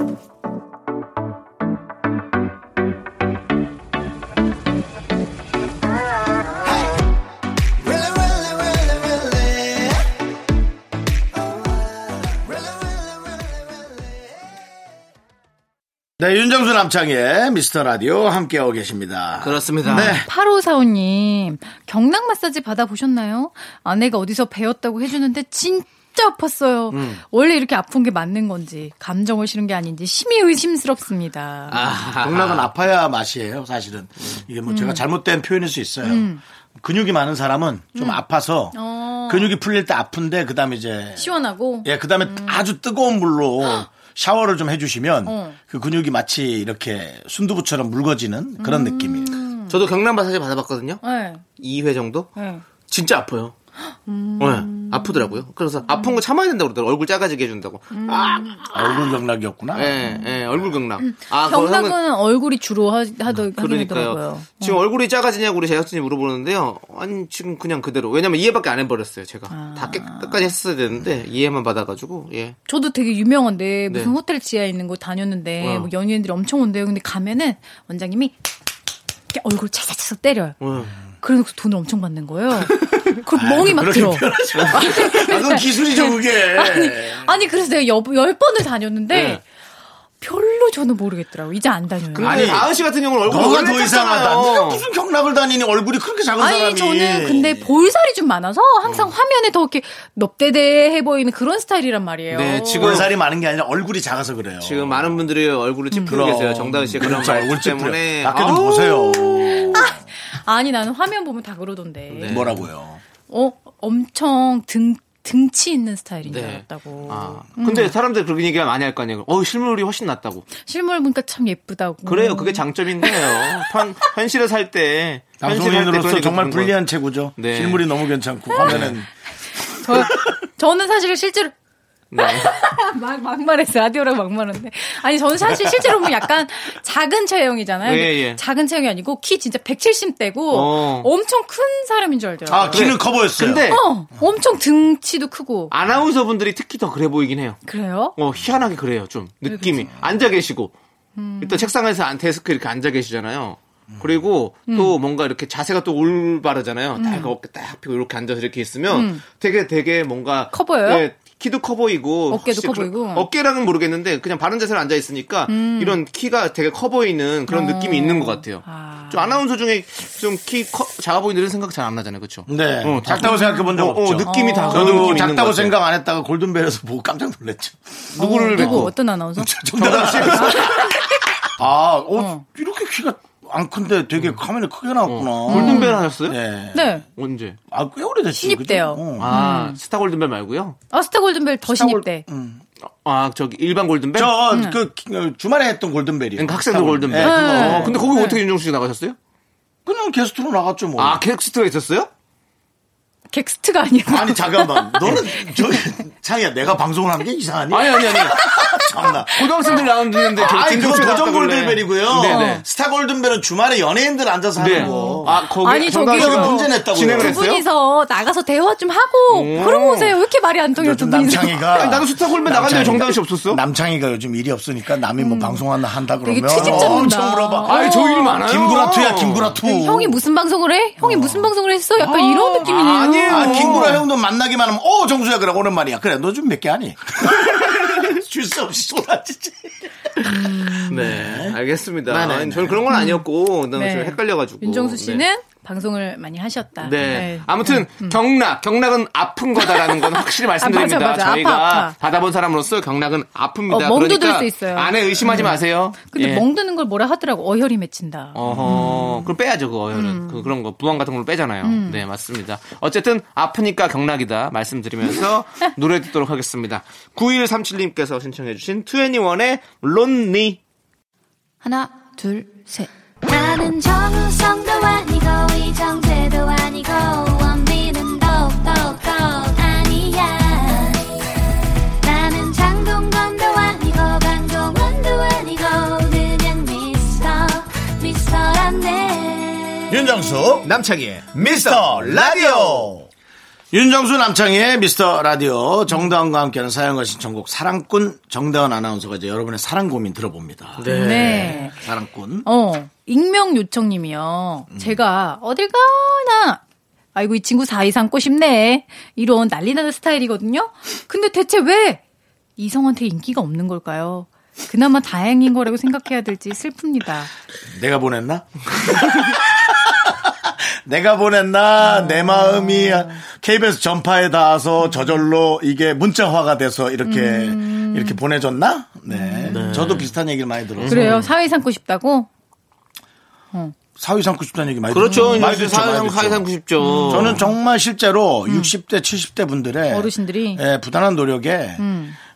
네, 윤정수 남창의 미스터 라디오 함께하고 계십니다. 그렇습니다. 네. 8545님, 경락 마사지 받아보셨나요? 아내가 어디서 배웠다고 해주는데 진짜 아팠어요. 음. 원래 이렇게 아픈 게 맞는 건지, 감정을 실은 게 아닌지, 심히 의심스럽습니다. 아하. 경락은 아파야 맛이에요, 사실은. 음. 음. 이게 뭐 제가 잘못된 표현일 수 있어요. 근육이 많은 사람은 좀 아파서 근육이 풀릴 때 아픈데 그다음에 이제 시원하고 예, 그다음에 아주 뜨거운 물로 샤워를 좀 해주시면 어. 그 근육이 마치 이렇게 순두부처럼 묽어지는 그런 음. 느낌이에요. 저도 경남 마사지 받아봤거든요. 네. 2회 정도? 네. 진짜 아파요. 네, 아프더라고요. 그래서 아픈 거 참아야 된다고 그러더라고요. 얼굴 작아지게 해준다고. 아, 음. 얼굴 경락이었구나. 예, 예, 얼굴 경락. 아, 그거 경락은 하면- 얼굴이 주로 하, 하더 그러니까요. 하더라고요. 네. 지금 얼굴이 작아지냐고 우리 제작진이 물어보는데요. 아니, 지금 그냥 그대로. 왜냐면 이해밖에 안 해버렸어요, 제가. 아. 다 깨, 끝까지 했어야 되는데, 이해만 받아가지고, 예. 저도 되게 유명한데 무슨 네. 호텔 지하에 있는 곳 다녔는데 어. 뭐 연예인들이 엄청 온대요. 근데 가면은 원장님이 이렇게 얼굴 차차차차 때려요. 어. 그래놓고 돈을 엄청 받는 거예요. 그 멍이 막 들어. 아, 그건 기술이죠, 그게. 아니, 아니 그래서 내가 여, 열 번을 다녔는데 네. 별로 저는 모르겠더라고. 이제 안 다녀요. 근데 아니, 아은 씨 같은 경우는 얼굴이 그 너가 원래 더 이상하다. 작잖아요. 네가 무슨 경락을 다니니 얼굴이 그렇게 작은 아니 사람이. 저는 근데 네. 볼살이 좀 많아서 항상 어. 화면에 더 이렇게 넙대대해 보이는 그런 스타일이란 말이에요. 네, 지금 볼살이 많은 게 아니라 얼굴이 작아서 그래요. 지금 많은 분들이 얼굴을 찌푸리고 계세요. 정다은 씨의 그런 진짜 말 그렇죠. 얼굴 때문에. 때문에. 아까 좀 아우, 보세요. 아니 나는 화면 보면 다 그러던데. 네. 뭐라고요? 어 엄청 등 등치 있는 스타일인 줄 네. 알았다고. 아, 음. 근데 사람들 그런 얘기 많이 할 거 아니에요. 어, 실물이 훨씬 낫다고. 실물 보니까 참 예쁘다고. 그래요. 그게 장점인데요. 현, 현실에 살 때. 현실에 살때 그런 방송인으로서 얘기 정말 듣는 거예요. 불리한 체구죠. 네. 실물이 너무 괜찮고 화면은 저 저는 사실 실제로 네. 막, 막말했어. 라디오라고 막말했는데. 아니, 저는 사실 실제로 보면 약간 작은 체형이잖아요. 근데 예, 예. 작은 체형이 아니고 키 진짜 170대고 어. 엄청 큰 사람인 줄 알더라고요. 네. 아 키는 커 보였어요. 근데 어, 엄청 등치도 크고. 아나운서 분들이 특히 더 그래 보이긴 해요. 그래요? 어, 희한하게 그래요, 좀. 느낌이. 그렇죠. 앉아 계시고. 음. 일단 책상에서 안 데스크 이렇게 앉아 계시잖아요. 음. 그리고 음. 또 뭔가 이렇게 자세가 또 올바르잖아요. 딱 어깨 딱 펴고 이렇게 앉아서 이렇게 있으면 되게 되게 뭔가 음. 커 보여요? 네, 키도 커 보이고 어깨도 혹시 커 그런- 보이고. 음. 어깨랑은 모르겠는데 그냥 바른 자세로 앉아 있으니까 이런 키가 되게 커 보이는 그런 느낌이 있는 것 같아요. 아. 좀 아나운서 중에 좀 키 작아 보이는 생각 잘 안 나잖아요, 그렇죠? 네. 어, 다- 작다고 생각해 본 적 어, 없죠. 어, 느낌이 다 저도 그런 느낌이 있는 것 작다고 같아요. 음, 생각 안 했다가 골든벨에서 보고 깜짝 놀랐죠. 누구를 누구, 뵙고 어떤 아나운서? 정답 아, 어, 이렇게 키가 안 큰데 되게 화면에 크게 나왔구나. 골든벨 어. 하셨어요? 네. 네. 언제? 아, 꽤 어. 오래됐지. 신입 때요. 아 스타 골든벨 말고요. 어스타 골든벨 음. 더 신입 때. 아 저기 일반 골든벨. 저, 그, 그, 주말에 했던 골든벨이요. 네. 그러니까 학생들 골든벨. 네, 그거. 어, 근데 거기 어떻게 윤종수 씨 나가셨어요? 그냥 게스트로 나갔죠, 뭐. 아 객스트가 있었어요? 객스트가 아니고. 아니, 잠깐만. 너는, 저, 창이야, 내가 방송을 한 게 이상하니? 아니 아니 아니. 참나. 고등학생들 나왔는데 아니, 그거 객스트가 도전 나왔다길래. 골든벨이고요. 네네. 스타 골든벨은 주말에 연예인들 앉아서 네. 하는 거. 아 거기 아니, 정다은 씨가 저기요. 문- 문제 냈다고요. 진행을 두 했어요? 분이서 나가서 대화 좀 하고 그러고 오세요. 왜 이렇게 말이 안 통해요, 두 분이서. 남창이가. 아니, 나도 스타 골든벨 나갔는데 남창이가- 정다은 씨 없었어? 남창이가 요즘 일이 없으니까 남이 뭐 방송 하나 한다 되게 그러면 트집 잡는다. 엄청 물어봐. 아니 저일 많아요. 김구라투야 김구라투. 형이 무슨 방송을 해? 형이 무슨 방송을 했어? 약간 이런 느낌이네요. 아니에요. 아, 김구라 형도 만나기만 하면 어 정수야 그래 오랜만이야. 그래 너 좀 몇 개 하니? 줄 수 없이 쏟아지지. 네. 알겠습니다. 네네네. 아니, 저는 그런 건 아니었고 그다음에 네. 좀 헷갈려가지고. 윤정수 네. 씨는 방송을 많이 하셨다. 네. 아무튼 경락, 경락은 아픈 거다라는 건 확실히 말씀드립니다. 맞아, 맞아. 아파, 저희가 아파. 받아본 사람으로서 경락은 아픕니다. 어, 멍도 그러니까 들수 있어요. 음. 안에 의심하지 마세요. 근데 예. 멍드는 음. 걸 뭐라 하더라고. 어혈이 맺힌다. 어허, 그럼 빼야죠, 그거. 는 그, 런거 부항 같은 걸로 빼잖아요. 음. 네, 맞습니다. 어쨌든, 아프니까 경락이다. 말씀드리면서 노래 듣도록 하겠습니다. 9137님께서 신청해주신 21의 론니. 하나, 둘, 셋. 나는 정우성도 아니고 이정재도 아니고 원빈은 더욱더 아니야 나는 장동건도 아니고 강동원도 아니고 그냥 미스터 미스터란데 윤정수 남창희의 미스터 라디오. 윤정수 남창희의 미스터 라디오 정다은과 함께하는 사연과 신청곡 사랑꾼 정다은 아나운서가 이제 여러분의 사랑 고민 들어봅니다. 네. 사랑꾼. 어, 익명 요청님이요. 제가 어딜 가나. 아이고, 이 친구 사이 삼고 싶네. 이런 난리 나는 스타일이거든요. 근데 대체 왜 이성한테 인기가 없는 걸까요? 그나마 다행인 거라고 생각해야 될지 슬픕니다. 내가 보냈나? 내가 보냈나? 내 마음이 KBS 전파에 닿아서 저절로 이게 문자화가 돼서 이렇게 음. 이렇게 보내줬나? 네. 네. 저도 비슷한 얘기를 많이 들었어요. 그래요. 사회 삼고 싶다고? 사위 삼고 싶다는 얘기 많이 그렇죠. 음. 많이 요즘 듣죠, 사회상 많이 듣죠. 사회상 90조. 저는 정말 실제로 60대 70대 분들의 어. 음. 어르신들이? 음. 예, 부단한 노력에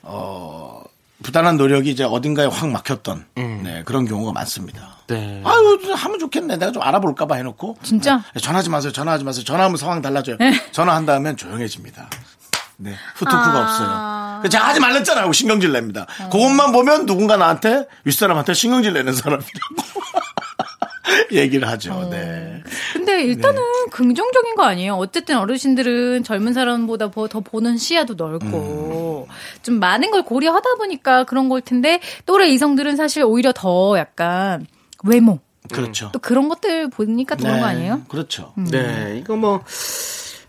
어, 부단한 노력이 이제 어딘가에 확 막혔던 네, 그런 경우가 많습니다. 네. 아유 좀 하면 좋겠네. 내가 좀 알아볼까봐 해놓고 진짜? 네, 전화하지 마세요. 전화하지 마세요. 전화하면 상황 달라져요. 네. 전화한 다음엔 조용해집니다. 네, 아. 후토크가 없어요. 그래서 제가 하지 말랬잖아요. 하고 신경질 냅니다. 어. 그것만 보면 누군가 나한테 윗사람한테 신경질 내는 사람이라고 얘기를 어. 하죠. 음. 네. 근데 일단은 긍정적인 거 아니에요. 어쨌든 어르신들은 젊은 사람보다 보- 더 보는 시야도 넓고 좀 많은 걸 고려하다 보니까 그런 걸 텐데 또래 이성들은 사실 오히려 더 약간 외모 그렇죠. 또 그런 것들 보니까 그런 네, 거 아니에요? 음. 그렇죠. 네. 이거 뭐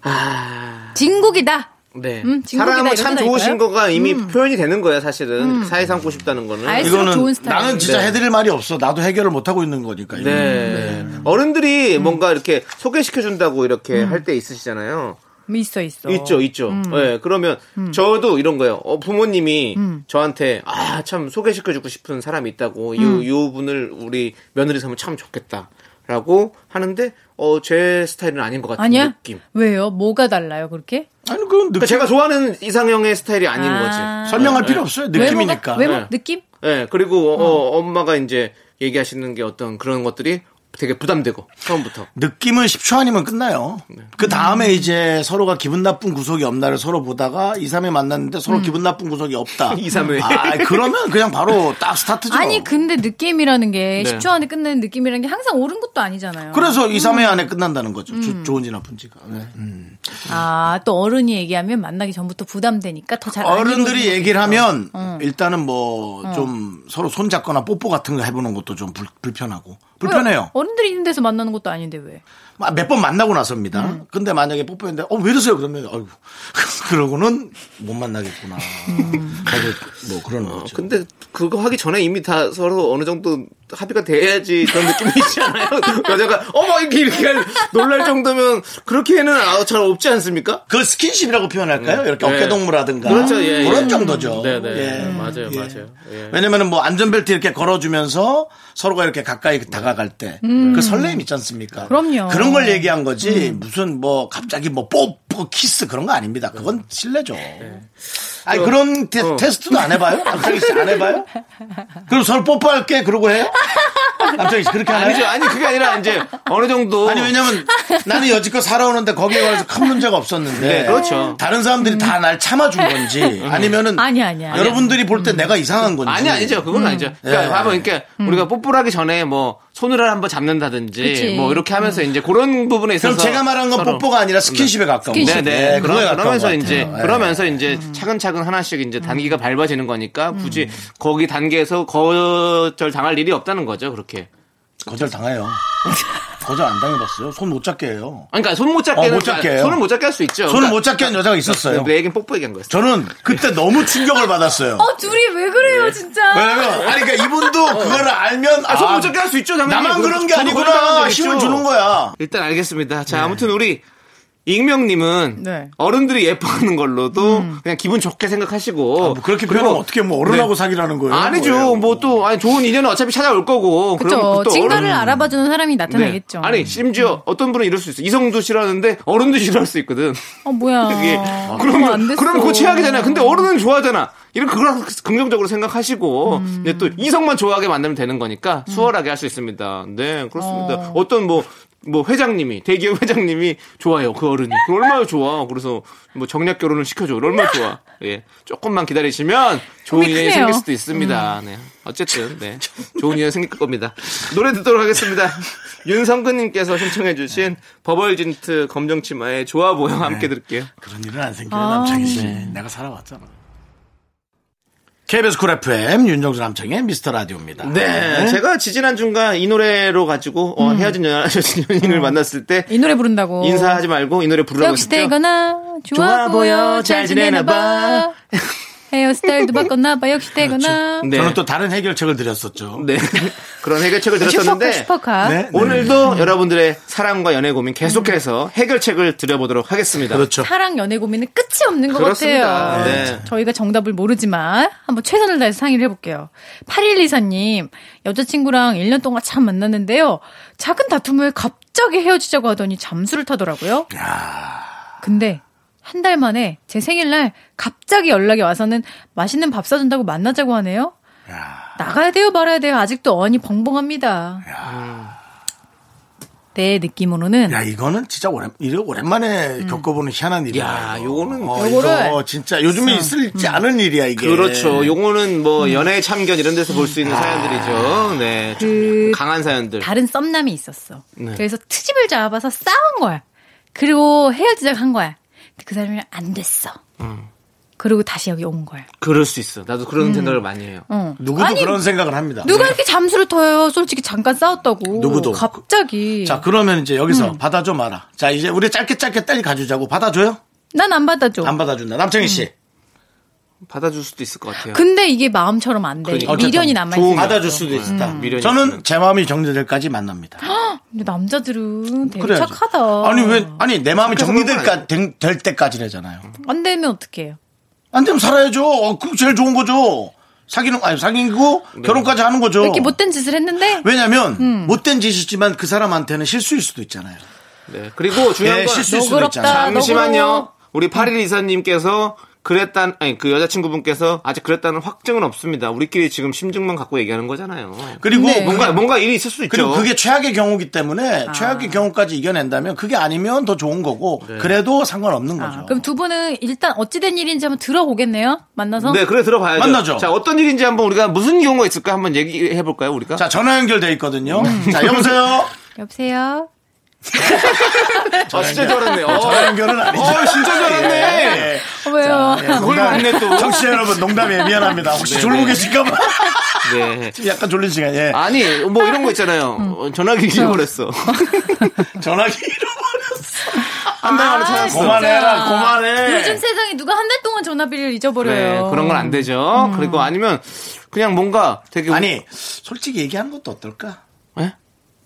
아. 진국이다. 네. 음, 진국이다 사람은 이런 참 뜻일까요? 음. 좋으신 거가 이미 표현이 되는 거예요, 사실은. 사회 삼고 싶다는 거는. 알 수록 좋은 이거는 스타일. 나는 진짜 네. 해드릴 말이 없어. 나도 해결을 못 하고 있는 거니까. 이거는. 네. 음. 어른들이 뭔가 이렇게 소개시켜준다고 이렇게 할 때 있으시잖아요. 있어 음. 있어. 음. 있죠, 있죠. 예, 그러면 저도 이런 거예요. 어, 부모님이 음. 저한테 아, 참 소개시켜주고 싶은 사람이 있다고 음. 이, 이 분을 우리 며느리 삼으면 참 좋겠다. 라고 하는데, 어, 제 스타일은 아닌 것 같은 아니야? 느낌. 왜요? 뭐가 달라요 그렇게? 아니 그건 느낌 그러니까 네. 제가 좋아하는 이상형의 스타일이 아닌 아. 거지. 설명할 필요 없어요. 느낌이니까. 외모가? 외모 네. 느낌? 예, 그리고 어, 어, 엄마가 이제 얘기하시는 게 어떤 그런 것들이 되게 부담되고, 처음부터. 느낌은 10초 아니면 끝나요. 네. 그 다음에 이제 서로가 기분 나쁜 구석이 없나를 서로 보다가 2, 3회 만났는데 음. 서로 기분 나쁜 구석이 없다. 2, 3 회. 아, 그러면 그냥 바로 딱 스타트죠. 아니 그- 근데 느낌이라는 네. 게 10초 안에 끝내는 느낌이라는 게 항상 옳은 것도 아니잖아요. 그래서 2, 음. 3회 안에 끝난다는 거죠. 조- 좋은지 나쁜지가. 네. 아, 또 어른이 얘기하면 만나기 전부터 부담되니까 더 잘 어른들이 얘기를 하면 어. 일단은 뭐 좀 서로 손잡거나 뽀뽀 같은 거 해보는 것도 좀 불, 불편하고. 불편해요. 어른들이 있는 데서 만나는 것도 아닌데 왜? 몇 번 만나고 나섭니다. 근데 만약에 뽀뽀했는데, 어, 왜 이러세요? 그러면, 아이고. 그러고는 못 만나겠구나. 하고 뭐 그러는 어, 거죠. 근데 그거 하기 전에 이미 다 서로 어느 정도 합의가 돼야지 그런 느낌이 있잖아요. 여자가 어머 이렇게 이렇게 할- 놀랄 정도면 그렇게는 아, 잘 없지 않습니까? 그 스킨십이라고 표현할까요? 이렇게 네. 어깨동무라든가. 그렇죠, 예, 그런 예. 정도죠. 네네 음. 예. 맞아요 예. 맞아요. 예. 왜냐면은 뭐 안전벨트 이렇게 걸어주면서 서로가 이렇게 가까이 다가갈 때 그 음. 설레임 있지 않습니까? 그럼요. 그런 걸 얘기한 거지 무슨 뭐 갑자기 뭐 뽀뽀 키스 그런 거 아닙니다. 그건 실례죠. 아니 그런 테, 네. 어. 스트도안 해봐요? 남창희 씨안 해봐요? 그럼 서로 뽀뽀할게 그러고 해요? 남창희 씨 그렇게 안 아니죠 해요? 아니 그게 아니라 이제 어느 정도 아니 왜냐면 나는 여지껏 살아오는데 거기에 관해서 큰 문제가 없었는데 네, 그렇죠. 음. 다른 사람들이 다 날 참아준 건지 아니면은 아니야, 아니야. 아니, 여러분들이 볼 때 내가 이상한 건지 아니 아니죠 그건 아니죠. 예. 그러니까 봐봐 그러니까 우리가 뽀뽀하기 전에 뭐 손을 한번 잡는다든지 그치. 뭐 이렇게 하면서 이제 그런 부분에 있어서 음. 그럼 제가 말한 건 서로- 뽀뽀가 아니라 스킨십에 가까운 거죠. 네네. 네, 그러, 그거에 가까운 면서 것 같아요. 음. 이제 네. 그러면서 이제 차근차근 하나씩 이제 단기가 밟아지는 거니까 음. 굳이 거기 단계에서 거절 당할 일이 없다는 거죠. 그렇게. 거절 당해요. 거절 안 당해봤어요. 손 못 잡게 해요. 아니, 그러니까 손 못 어, 잡게 못 잡게 해요. 손을 못 잡게 할 수 있죠. 손을 그러니까 네. 못 잡게 한 여자가 있었어요. 내 얘기는 뽀뽀 얘기한 거였어. 저는 그때 너무 충격을 받았어요. 어, 둘이 왜 그래요, 진짜? 왜냐면 아니 그러니까 이분도 그거를 알면 어. 아, 손 아, 못 잡게 할 수 있죠. 당연히. 그렇죠. 나만 그런 게 저도 그런 사람도 아니구나 있죠. 어, 힘을 주는 거야. 일단 알겠습니다. 네. 자, 아무튼 우리 익명님은 네. 어른들이 예뻐하는 걸로도 그냥 기분 좋게 생각하시고 음. 뭐 그렇게 그리고 표현하면 어떻게 뭐 어른하고 네. 사귀라는 거예요? 아니죠. 뭐예요? 뭐 또 아니 좋은 인연은 어차피 찾아올 거고. 그쵸. 그럼 또 친가를 어른- 알아봐주는 사람이 네. 나타나겠죠. 아니 음. 심지어 어떤 분은 이럴 수 있어. 이성도 싫어하는데 어른도 싫어할 수 있거든. 어, 뭐야. 그게 아, 그러면 안 됐어. 그럼 그 최악이잖아요. 근데 어른은 좋아하잖아. 이런 그걸 긍정적으로 생각하시고 음. 근데 또 이성만 좋아하게 만들면 되는 거니까 수월하게 할 수 있습니다. 네 그렇습니다. 어. 떤 뭐. 뭐 회장님이 대기업 회장님이 좋아요 그 어른이 그거 얼마나 좋아 그래서 뭐 정략 결혼을 시켜줘 얼마나 좋아 예 조금만 기다리시면 좋은 꿈이 인연이 크네요. 음. 생길 수도 있습니다 네 어쨌든 네 좋은 인연 생길 겁니다 노래 듣도록 하겠습니다 윤성근님께서 신청해주신 버벌진트 검정치마의 좋아 보여 함께 들을게요 그런 일은 안 생겨요, 아, 남창희 씨. 네. 내가 살아왔잖아. KBS 쿨 FM 윤정수 남창의 미스터 라디오입니다. 네, 제가 지지난 중간 이 노래로 가지고 어, 헤어진 연, 헤어진 연인을 만났을 때 이 노래 부른다고. 인사하지 말고 이 노래 부르라고 어. 역시 네, 했죠. 되거나, 좋아, 좋아 보여, 보여, 잘 잘 지내나 지내나봐. 헤어스타일도 바꿨나 봐. 역시 되거나. 네. 저는 또 다른 해결책을 드렸었죠. 네. 그런 해결책을 슈퍼카, 그- 드렸었는데 슈퍼카. 네. 오늘도 여러분들의 사랑과 연애 고민 계속해서 해결책을 드려보도록 하겠습니다. 그렇죠. 사랑 연애 고민은 끝이 없는 것 그렇습니다. 같아요. 네. 저희가 정답을 모르지만 한번 최선을 다해서 상의를 해볼게요. 8124님, 여자친구랑 1년 동안 참 만났는데요. 작은 다툼 후에 갑자기 헤어지자고 하더니 잠수를 타더라고요. 근데 한 달 만에 제 생일날 갑자기 연락이 와서는 맛있는 밥 사준다고 만나자고 하네요. 나가야 돼요, 말아야 돼요. 아직도 언이 벙벙합니다. 내 느낌으로는 야 이거는 진짜 오랜 이거 오랜만에 겪어보는 희한한 일이야. 야, 이거. 요거는 어, 요거를- 이거 진짜 요즘에 있을지 않은 일이야 이게. 예. 그렇죠. 요거는 뭐 연애 참견 이런 데서 볼 수 있는 사연들이죠. 네. 좀 그 강한 네. 사연들. 다른 썸남이 있었어. 그래서 트집을 잡아서 싸운 거야. 그리고 헤어지자고 한 거야. 근데 그 사람이 안 됐어. 그리고 다시 여기 온 거야. 그럴 수 있어. 나도 그런 생각을 많이 해요. 어. 누구도 아니, 그런 생각을 합니다. 누가 이렇게 잠수를 터요? 솔직히 잠깐 싸웠다고. 네. 누구도. 갑자기. 자 그러면 이제 여기서 받아줘 마라. 자 이제 우리 짧게 짧게 딸 가주자고 받아줘요? 난 안 받아줘. 안 받아준다. 남창희 씨 받아줄 수도 있을 것 같아요. 근데 이게 마음처럼 안 돼. 그러니까. 미련이 남아있어. 받아줄 수도 있다. 미련이 음. 저는 있으면. 제 마음이 정리될까지 만납니다. 근데 남자들은 되게 그래야죠. 착하다. 아니 왜 아니 내 마음이 착해서 그런 건 정리될까 된- 될 때까지래잖아요. 안 되면 어떡해요? 안 되면 살아야죠. 어, 그게 제일 좋은 거죠. 사귀는 아니 사귀고 네. 결혼까지 하는 거죠. 이렇게 못된 음. 짓을 했는데 왜냐면 못된 짓이지만 그 사람한테는 실수일 수도 있잖아요. 네. 그리고 중요한 예, 건 실수일 수도 너그럽다. 있잖아요. 잠시만요. 너구로. 우리 8일 이사님께서 그랬단 아니 그 여자친구분께서 아직 그랬다는 확증은 없습니다. 우리끼리 지금 심증만 갖고 얘기하는 거잖아요. 그리고 네. 아. 뭔가 뭔가 뭔가 일이 있을 수 있죠. 그리고 그게 최악의 경우기 때문에 최악의 경우까지 이겨낸다면 그게 아니면 더 좋은 거고 네. 그래도 상관없는 아, 거죠. 그럼 두 분은 일단 어찌된 일인지 한번 들어보겠네요. 만나서. 네, 그래 들어봐야죠. 만나죠. 자, 어떤 일인지 한번 우리가 무슨 경우가 있을까 한번 얘기해 볼까요, 우리가? 자 전화 연결돼 있거든요. 음. 자 여보세요. 여보세요. 아, 진짜 잘했네. 어, 전화 연결은 아니죠. 어, 진짜 잘했네. 예. 어, 왜요? 예, 농담, 봤네, 또. 청취자 여러분 농담이에요 미안합니다. 혹시 졸고 계실까봐 네. 지금 약간 졸린 시간. 예. 아니, 뭐 이런 거 있잖아요. 어, 전화기 잃어버렸어. 전화기 잃어버렸어. 한 달 만에 아, 찾았어. 진짜. 그만해라, 그만해. 요즘 세상에 누가 한 달 동안 전화비를 잊어버려요. 네, 그런 건 안 되죠. 그리고 아니면 그냥 뭔가 되게 아니 솔직히 얘기하는 것도 어떨까? 네?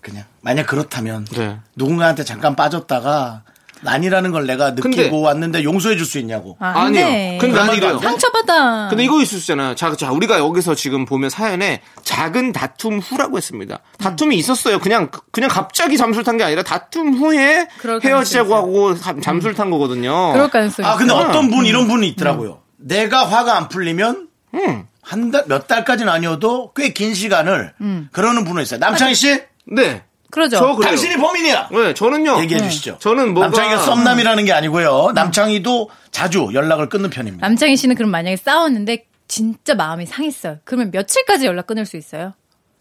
그냥 만약 그렇다면 네. 누군가한테 잠깐 빠졌다가 아니라는 걸 내가 느끼고 근데- 왔는데 용서해 줄 수 있냐고. 아, 안 아니요. 돼. 근데 난 이래요. 상처받아. 근데 이거 있을 수 있잖아요. 자, 자, 우리가 여기서 지금 보면 사연에 작은 다툼 후라고 했습니다. 다툼이 음. 있었어요. 그냥, 그냥 갑자기 잠수를 탄 게 아니라 다툼 후에 그럴 음. 헤어지자고 하고 잠- 잠수를 탄 거거든요. 그럴 가능성이 아 근데 있어요. 어떤 음, 분 이런 분이 있더라고요. 내가 화가 안 풀리면 음. 한 달 몇 달까지는 아니어도 꽤 긴 시간을 음. 그러는 분은 있어요. 남창희 씨 네. 그러죠. 저 그래요. 당신이 범인이야. 네, 저는요. 얘기해 주시죠. 저는 뭐가- 남창희가 썸남이라는 게 음. 아니고요. 남창희도 자주 연락을 끊는 편입니다. 남창희 씨는 그럼 만약에 싸웠는데 진짜 마음이 상했어요. 그러면 며칠까지 연락 끊을 수 있어요?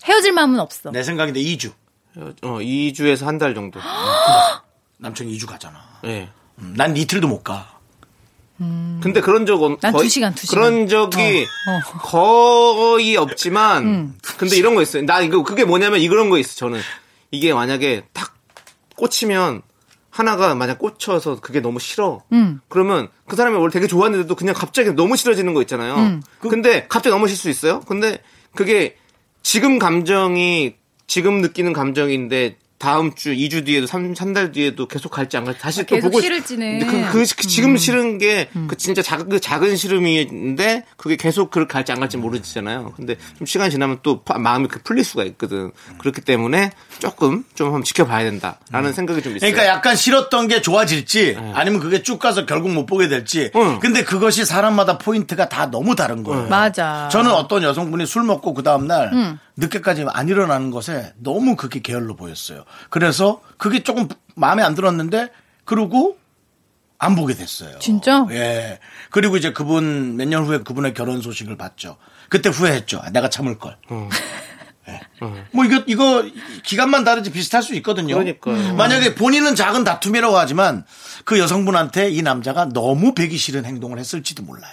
헤어질 마음은 없어. 네. 내 생각인데 2주. 어, 2주에서 한 달 정도. 남창희 2주 가잖아. 네. 음, 난 이틀도 못 가. 근데 그런 적은 난두 거의- 시간, 어, 두 시간. 그런 적이 거의 없지만 음. 근데 이런 거 있어요. 나 이거 그게 뭐냐면 이런 거 있어. 저는 이게 만약에 딱 꽂히면 하나가 만약 꽂혀서 그게 너무 싫어. 음. 그러면 그 사람이 원래 되게 좋았는데도 그냥 갑자기 너무 싫어지는 거 있잖아요. 음. 근데 갑자기 넘어질 수 있어요? 근데 그게 지금 감정이 지금 느끼는 감정인데 다음 주, 2주 뒤에도, 3, 달 뒤에도 계속 갈지 안 갈지 다시 또 계속 보고 있- 싫을지는. 근데 그, 그 시- 그 음. 지금 싫은 게 그 진짜 작은 그 작은 싫음인데 그게 계속 그걸 갈지 안 갈지 모르잖아요. 근데 좀 시간이 지나면 또 파- 마음이 그 풀릴 수가 있거든. 그렇기 때문에 조금 좀 한번 지켜봐야 된다라는 생각이 좀 있어요. 그러니까 약간 싫었던 게 좋아질지 아니면 그게 쭉 가서 결국 못 보게 될지. 응. 근데 그것이 사람마다 포인트가 다 너무 다른 거예요. 맞아. 저는 어떤 여성분이 술 먹고 그 다음날 늦게까지 안 일어나는 것에 너무 그게 게을러 보였어요. 그래서 그게 조금 마음에 안 들었는데 그러고 안 보게 됐어요. 진짜? 예. 그리고 이제 그분 몇 년 후에 그분의 결혼 소식을 봤죠. 그때 후회했죠. 아, 내가 참을 걸. 어. 예. 뭐 이거 이거 기간만 다르지 비슷할 수 있거든요. 음. 그러니까요. 만약에 본인은 작은 다툼이라고 하지만 그 여성분한테 이 남자가 너무 배기 싫은 행동을 했을지도 몰라요.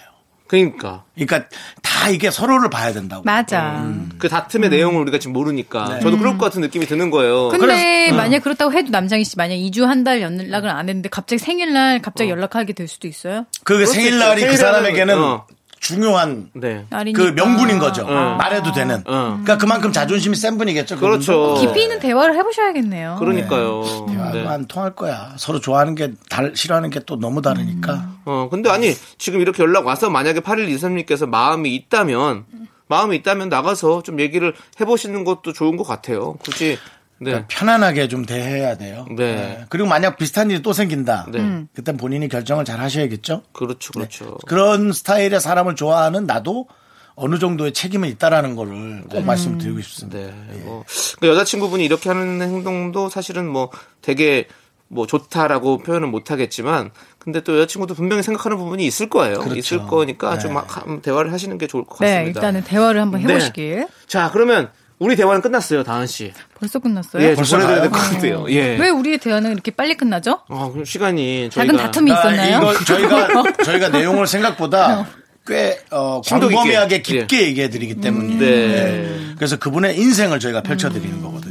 그러니까 그러니까 다 이게 서로를 봐야 된다고. 맞아. 그 음. 다툼의 내용을 우리가 지금 모르니까 네. 저도 그럴 것 같은 느낌이 드는 거예요. 근데 음. 만약 그렇다고 해도 남장희 씨 만약 2주 한 달 어. 연락을 안 했는데 갑자기 생일날 갑자기 연락하게 될 수도 있어요? 그게 생일날이 그 생일날은, 사람에게는 어. 중요한 네. 날이니까. 그 명분인 거죠. 응. 말해도 되는. 응. 그러니까 그만큼 자존심이 센 분이겠죠. 어. 그렇죠. 그분도. 깊이 있는 대화를 어. 해보셔야겠네요. 그러니까요. 대화도 네. 음, 안 통할 거야. 서로 좋아하는 게 달, 싫어하는 게 또 너무 다르니까. 어, 근데 아니, 지금 이렇게 연락 와서 만약에 8123님께서 마음이 있다면, 마음이 있다면 나가서 좀 얘기를 해보시는 것도 좋은 것 같아요. 굳이, 네. 편안하게 좀 대해야 돼요. 네. 그리고 만약 비슷한 일이 또 생긴다. 네. 음. 그땐 본인이 결정을 잘 하셔야겠죠. 그렇죠, 네. 그렇죠. 그런 스타일의 사람을 좋아하는 나도 어느 정도의 책임은 있다라는 거를 꼭 말씀드리고 싶습니다. 네. 뭐, 그 여자친구분이 이렇게 하는 행동도 사실은 뭐 되게 뭐 좋다라고 표현은 못하겠지만, 근데 또 여자친구도 분명히 생각하는 부분이 있을 거예요. 그렇죠. 있을 거니까 네. 좀 막 한- 대화를 하시는 게 좋을 것 같습니다. 네, 일단은 대화를 한번 해보시길. 네. 자, 그러면 우리 대화는 끝났어요, 다은 씨. 벌써 끝났어요? 예, 네, 벌써 벌써 해야 나요? 될것 같아요. 예. 왜 우리의 대화는 이렇게 빨리 끝나죠? 아, 그럼 시간이 작은 저희가 다툼이 있었나요? 아, 네. 이걸 저희가 저희가 내용을 생각보다 꽤 어, 심도 깊게. 예. 광범위하게 깊게 얘기해 드리기 때문에 네. 그래서 그분의 인생을 저희가 펼쳐 드리는 음. 거거든요.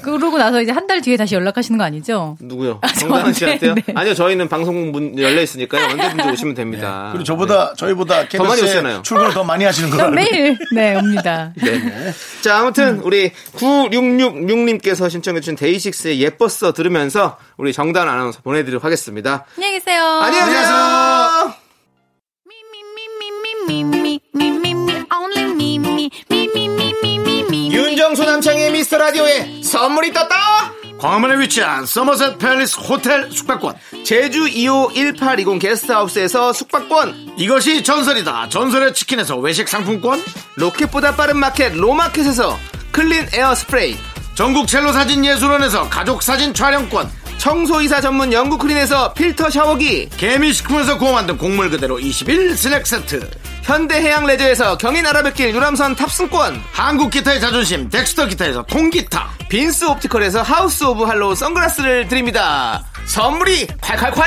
그러고 나서 이제 한 달 뒤에 다시 연락하시는 거 아니죠? 누구요? 아, 정다은 저한테, 씨한테요? 네. 아니요, 저희는 방송 문 열려 있으니까요. 언제든지 오시면 됩니다. 네. 그리고 저보다 저희보다 더 많이 KBS에 오시잖아요. 출근을 더 많이 하시는 걸로 그럼 알고 있어요. 매일 네 옵니다. 네. 네. 자, 아무튼 우리 9666님께서 신청해주신 데이식스의 예뻤어 들으면서 우리 정다은 아나운서 보내드리도록 하겠습니다. 안녕히 계세요. 안녕히 계세요. 윤정수 남창의 미스터 라디오에 선물이 떴다! 광화문에 위치한 서머셋 팰리스 호텔 숙박권 제주 2호 1820 게스트하우스에서 숙박권 이것이 전설이다. 전설의 치킨에서 외식 상품권 로켓보다 빠른 마켓 로마켓에서 클린 에어 스프레이 전국 첼로 사진 예술원에서 가족 사진 촬영권 청소이사 전문 영국 클린에서 필터 샤워기 개미식품에서 구워 만든 곡물 그대로 21 스낵 세트 현대해양 레저에서 경인 아라뱃길 유람선 탑승권 한국 기타의 자존심 덱스터 기타에서 통기타 빈스 옵티컬에서 하우스 오브 할로우 선글라스를 드립니다. 선물이 콸콸콸!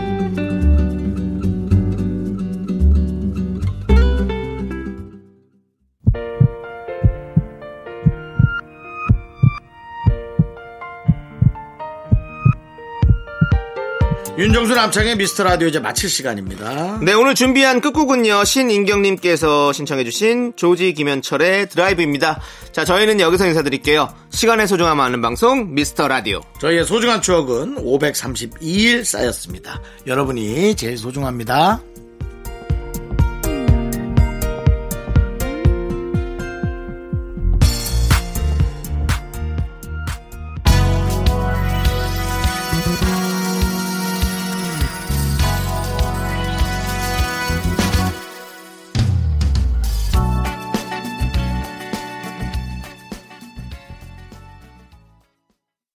윤정수 남창의 미스터 라디오 이제 마칠 시간입니다. 네, 오늘 준비한 끝곡은요, 신인경님께서 신청해주신 조지 김현철의 드라이브입니다. 자, 저희는 여기서 인사드릴게요. 시간의 소중함 아는 방송, 미스터 라디오. 저희의 소중한 추억은 532일 쌓였습니다. 여러분이 제일 소중합니다.